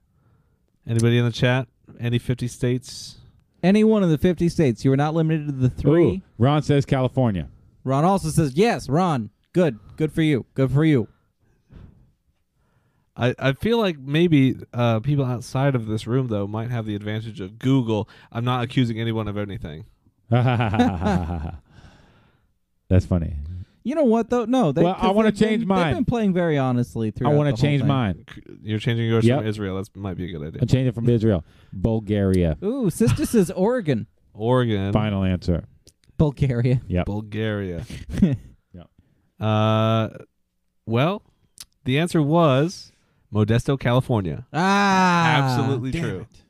Anybody in the chat? Any 50 states? Any one of the 50 states. You are not limited to the three. Ooh, Ron says California. Ron also says, yes, Ron. Good. Good for you. Good for you. I, I feel like maybe uh, people outside of this room, though, might have the advantage of Google. I'm not accusing anyone of anything. That's funny. You know what, though? No. They, Well, I 'cause wanna they've been- change mine. They've been playing very honestly I throughout want the to whole change thing. mine. You're changing yours Yep. from Israel. That might be a good idea. I'm changing from Israel. Bulgaria. Ooh, sister says Oregon. Oregon, Final answer. Bulgaria. Bulgaria. Yep. Uh, well, the answer was Modesto, California. Ah. Absolutely Damn true. it.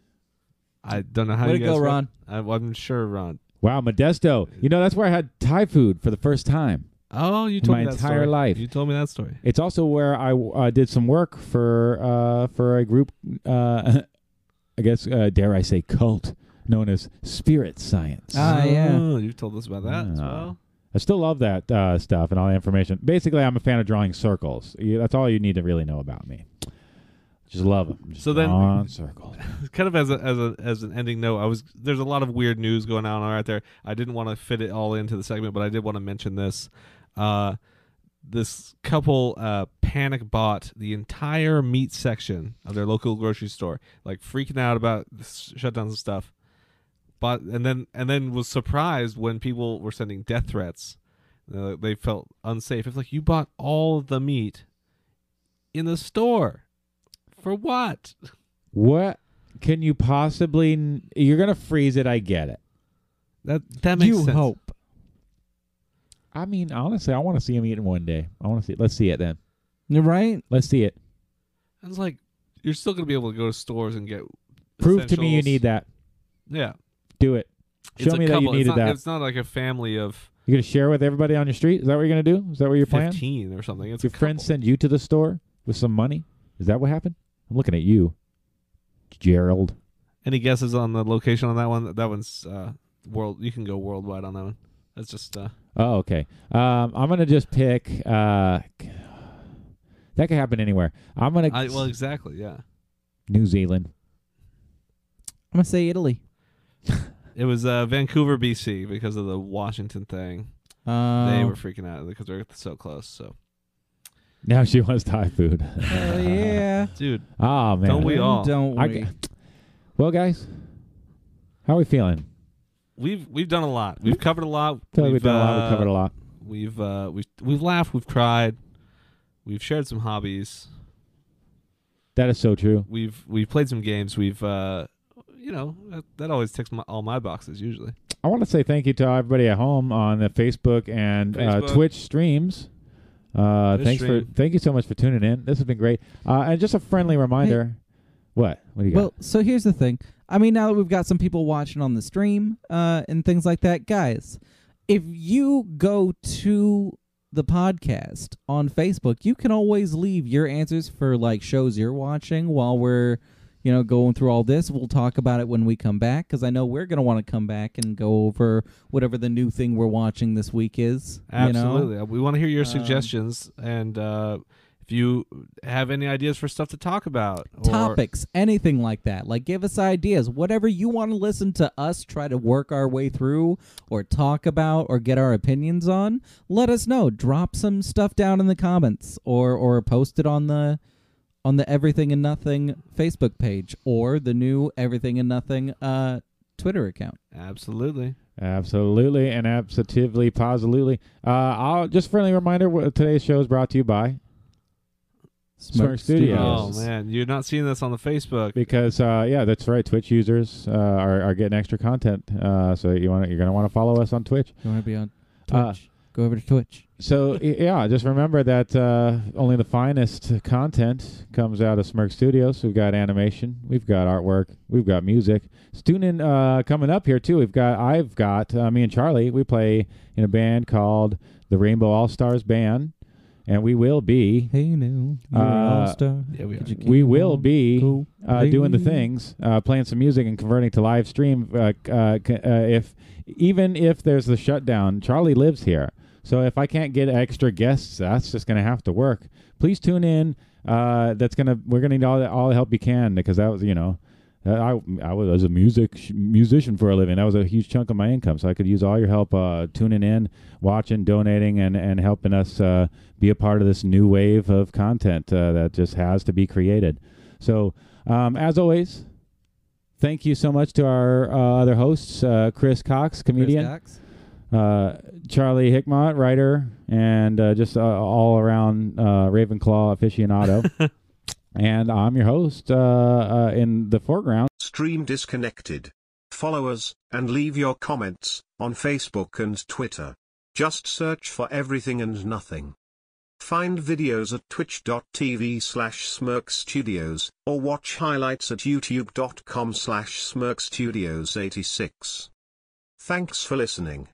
I don't know how Way you to guys go, went. Ron. I, I'm sure Ron. Wow, Modesto. You know, that's where I had Thai food for the first time. Oh, you told my me that entire story. life. You told me that story. It's also where I uh, did some work for uh, for a group, uh, I guess, uh, dare I say, cult known as Spirit Science. Ah, yeah. Oh, you told us about that as Ah. well. I still love that uh, stuff and all the information. Basically, I'm a fan of drawing circles. You, that's all you need to really know about me. Just love them. Just So then- drawing circles. kind of as a, as a as an ending note, I was there's a lot of weird news going on right there. I didn't want to fit it all into the segment, but I did want to mention this. Uh, this couple uh, panic bought the entire meat section of their local grocery store, like freaking out about the s- shutdowns and stuff. But and then and then was surprised when people were sending death threats. Uh, they felt unsafe. It's like you bought all the meat in the store for what? What can you possibly? n- You're gonna freeze it. I get it. That that makes You sense. hope. I mean, honestly, I want to see him eating one day. I want to see. Let's see it then. Right? Let's see it. I was like, you're still gonna be able to go to stores and get. Prove to me you essentials. need that. Yeah, Do it. It's Show a me that you couple. It's needed not- that. It's not like a family of You're gonna share with everybody on your street. Is that what you're gonna do? Is that what you're planning? fifteen or something. It's Your a friends couple. send you to the store with some money. Is that what happened? I'm looking at you, Gerald. Any guesses on the location on that one? That one's uh, world. You can go worldwide on that one. That's just uh, Oh, okay. Um, I'm gonna just pick. Uh, that could happen anywhere. I'm gonna I, well, exactly. Yeah, New Zealand. I'm going to say Italy. it was uh, Vancouver, BC, because of the Washington thing. Uh, Oh. They were freaking out because they're so close. So, Now she wants Thai food. Hell yeah. dude, oh man. Don't We all. Don't I we? g- well, guys, how are we feeling? we've we've done a lot. We've covered a lot. Feel like we've done a lot. uh, We covered a lot. We've uh, we've we've laughed. We've cried. We've shared some hobbies. That is so true. we've we've played some games. We've uh, you know that, that always ticks my, all my boxes usually. I want to say thank you to everybody at home on the Facebook and Uh, Facebook. Twitch streams. Uh, Twitch thanks stream. for thank you so much for tuning in. This has been great. Uh, and just a friendly reminder. What? What do you Well, so here's the thing. I mean, now that we've got some people watching on the stream uh, and things like that, guys, if you go to the podcast on Facebook, you can always leave your answers for like shows you're watching while we're, you know, going through all this. We'll talk about it when we come back because I know we're gonna want to come back and go over whatever the new thing we're watching this week is. You know? Absolutely, Uh, we want to hear your Um, suggestions and uh, if you have any ideas for stuff to talk about, or, topics, anything like that. Like, give us ideas. Whatever you want to listen to us try to work our way through, or talk about, or get our opinions on. Let us know. Drop some stuff down in the comments, or or post it on the on the Everything and Nothing Facebook page, or the new Everything and Nothing uh, Twitter account. absolutely. got? Absolutely and absolutely, positively. Uh, I'll just friendly reminder. wh- Today's show is brought to you by Smirk Studios. Oh man, you're not seeing this on the Facebook. because uh, yeah, that's right. Twitch users uh, are, are getting extra content, uh, so you want you're gonna want to follow us on Twitch. You want to be on Twitch? Uh, Go over to Twitch. So y- yeah, just remember that uh, only the finest content comes out of Smirk Studios. We've got animation, we've got artwork, we've got music. Student uh, coming up here too. We've got I've got uh, me and Charlie. We play in a band called the Rainbow All Stars Band, and we will be Hey, new. you're an Uh, star. Yeah, we are. we will be uh, doing the things, uh, playing some music and converting to live stream. Uh, c- uh, c- uh, if even if there's the shutdown, Charlie lives here, so if I can't get extra guests, that's just gonna have to work. Please tune in. Uh, that's gonna we're gonna need all the, all the help you can because that was you know. uh, I, I was I was a music musician for a living. That was a huge chunk of my income, so I could use all your help uh, tuning in, watching, donating, and and helping us uh, be a part of this new wave of content uh, that just has to be created. So, um, as always, thank you so much to our uh, other hosts, uh, Chris Cox, comedian, uh, Charlie Hickmott, writer, and uh, just uh, all around uh, Ravenclaw aficionado. and I'm your host uh, uh, in the foreground. Stream disconnected. Follow us, and leave your comments, on Facebook and Twitter. Just search for everything and nothing. Find videos at twitch.tv slash smirkstudios, or watch highlights at youtube.com slash smirkstudios86. Thanks for listening.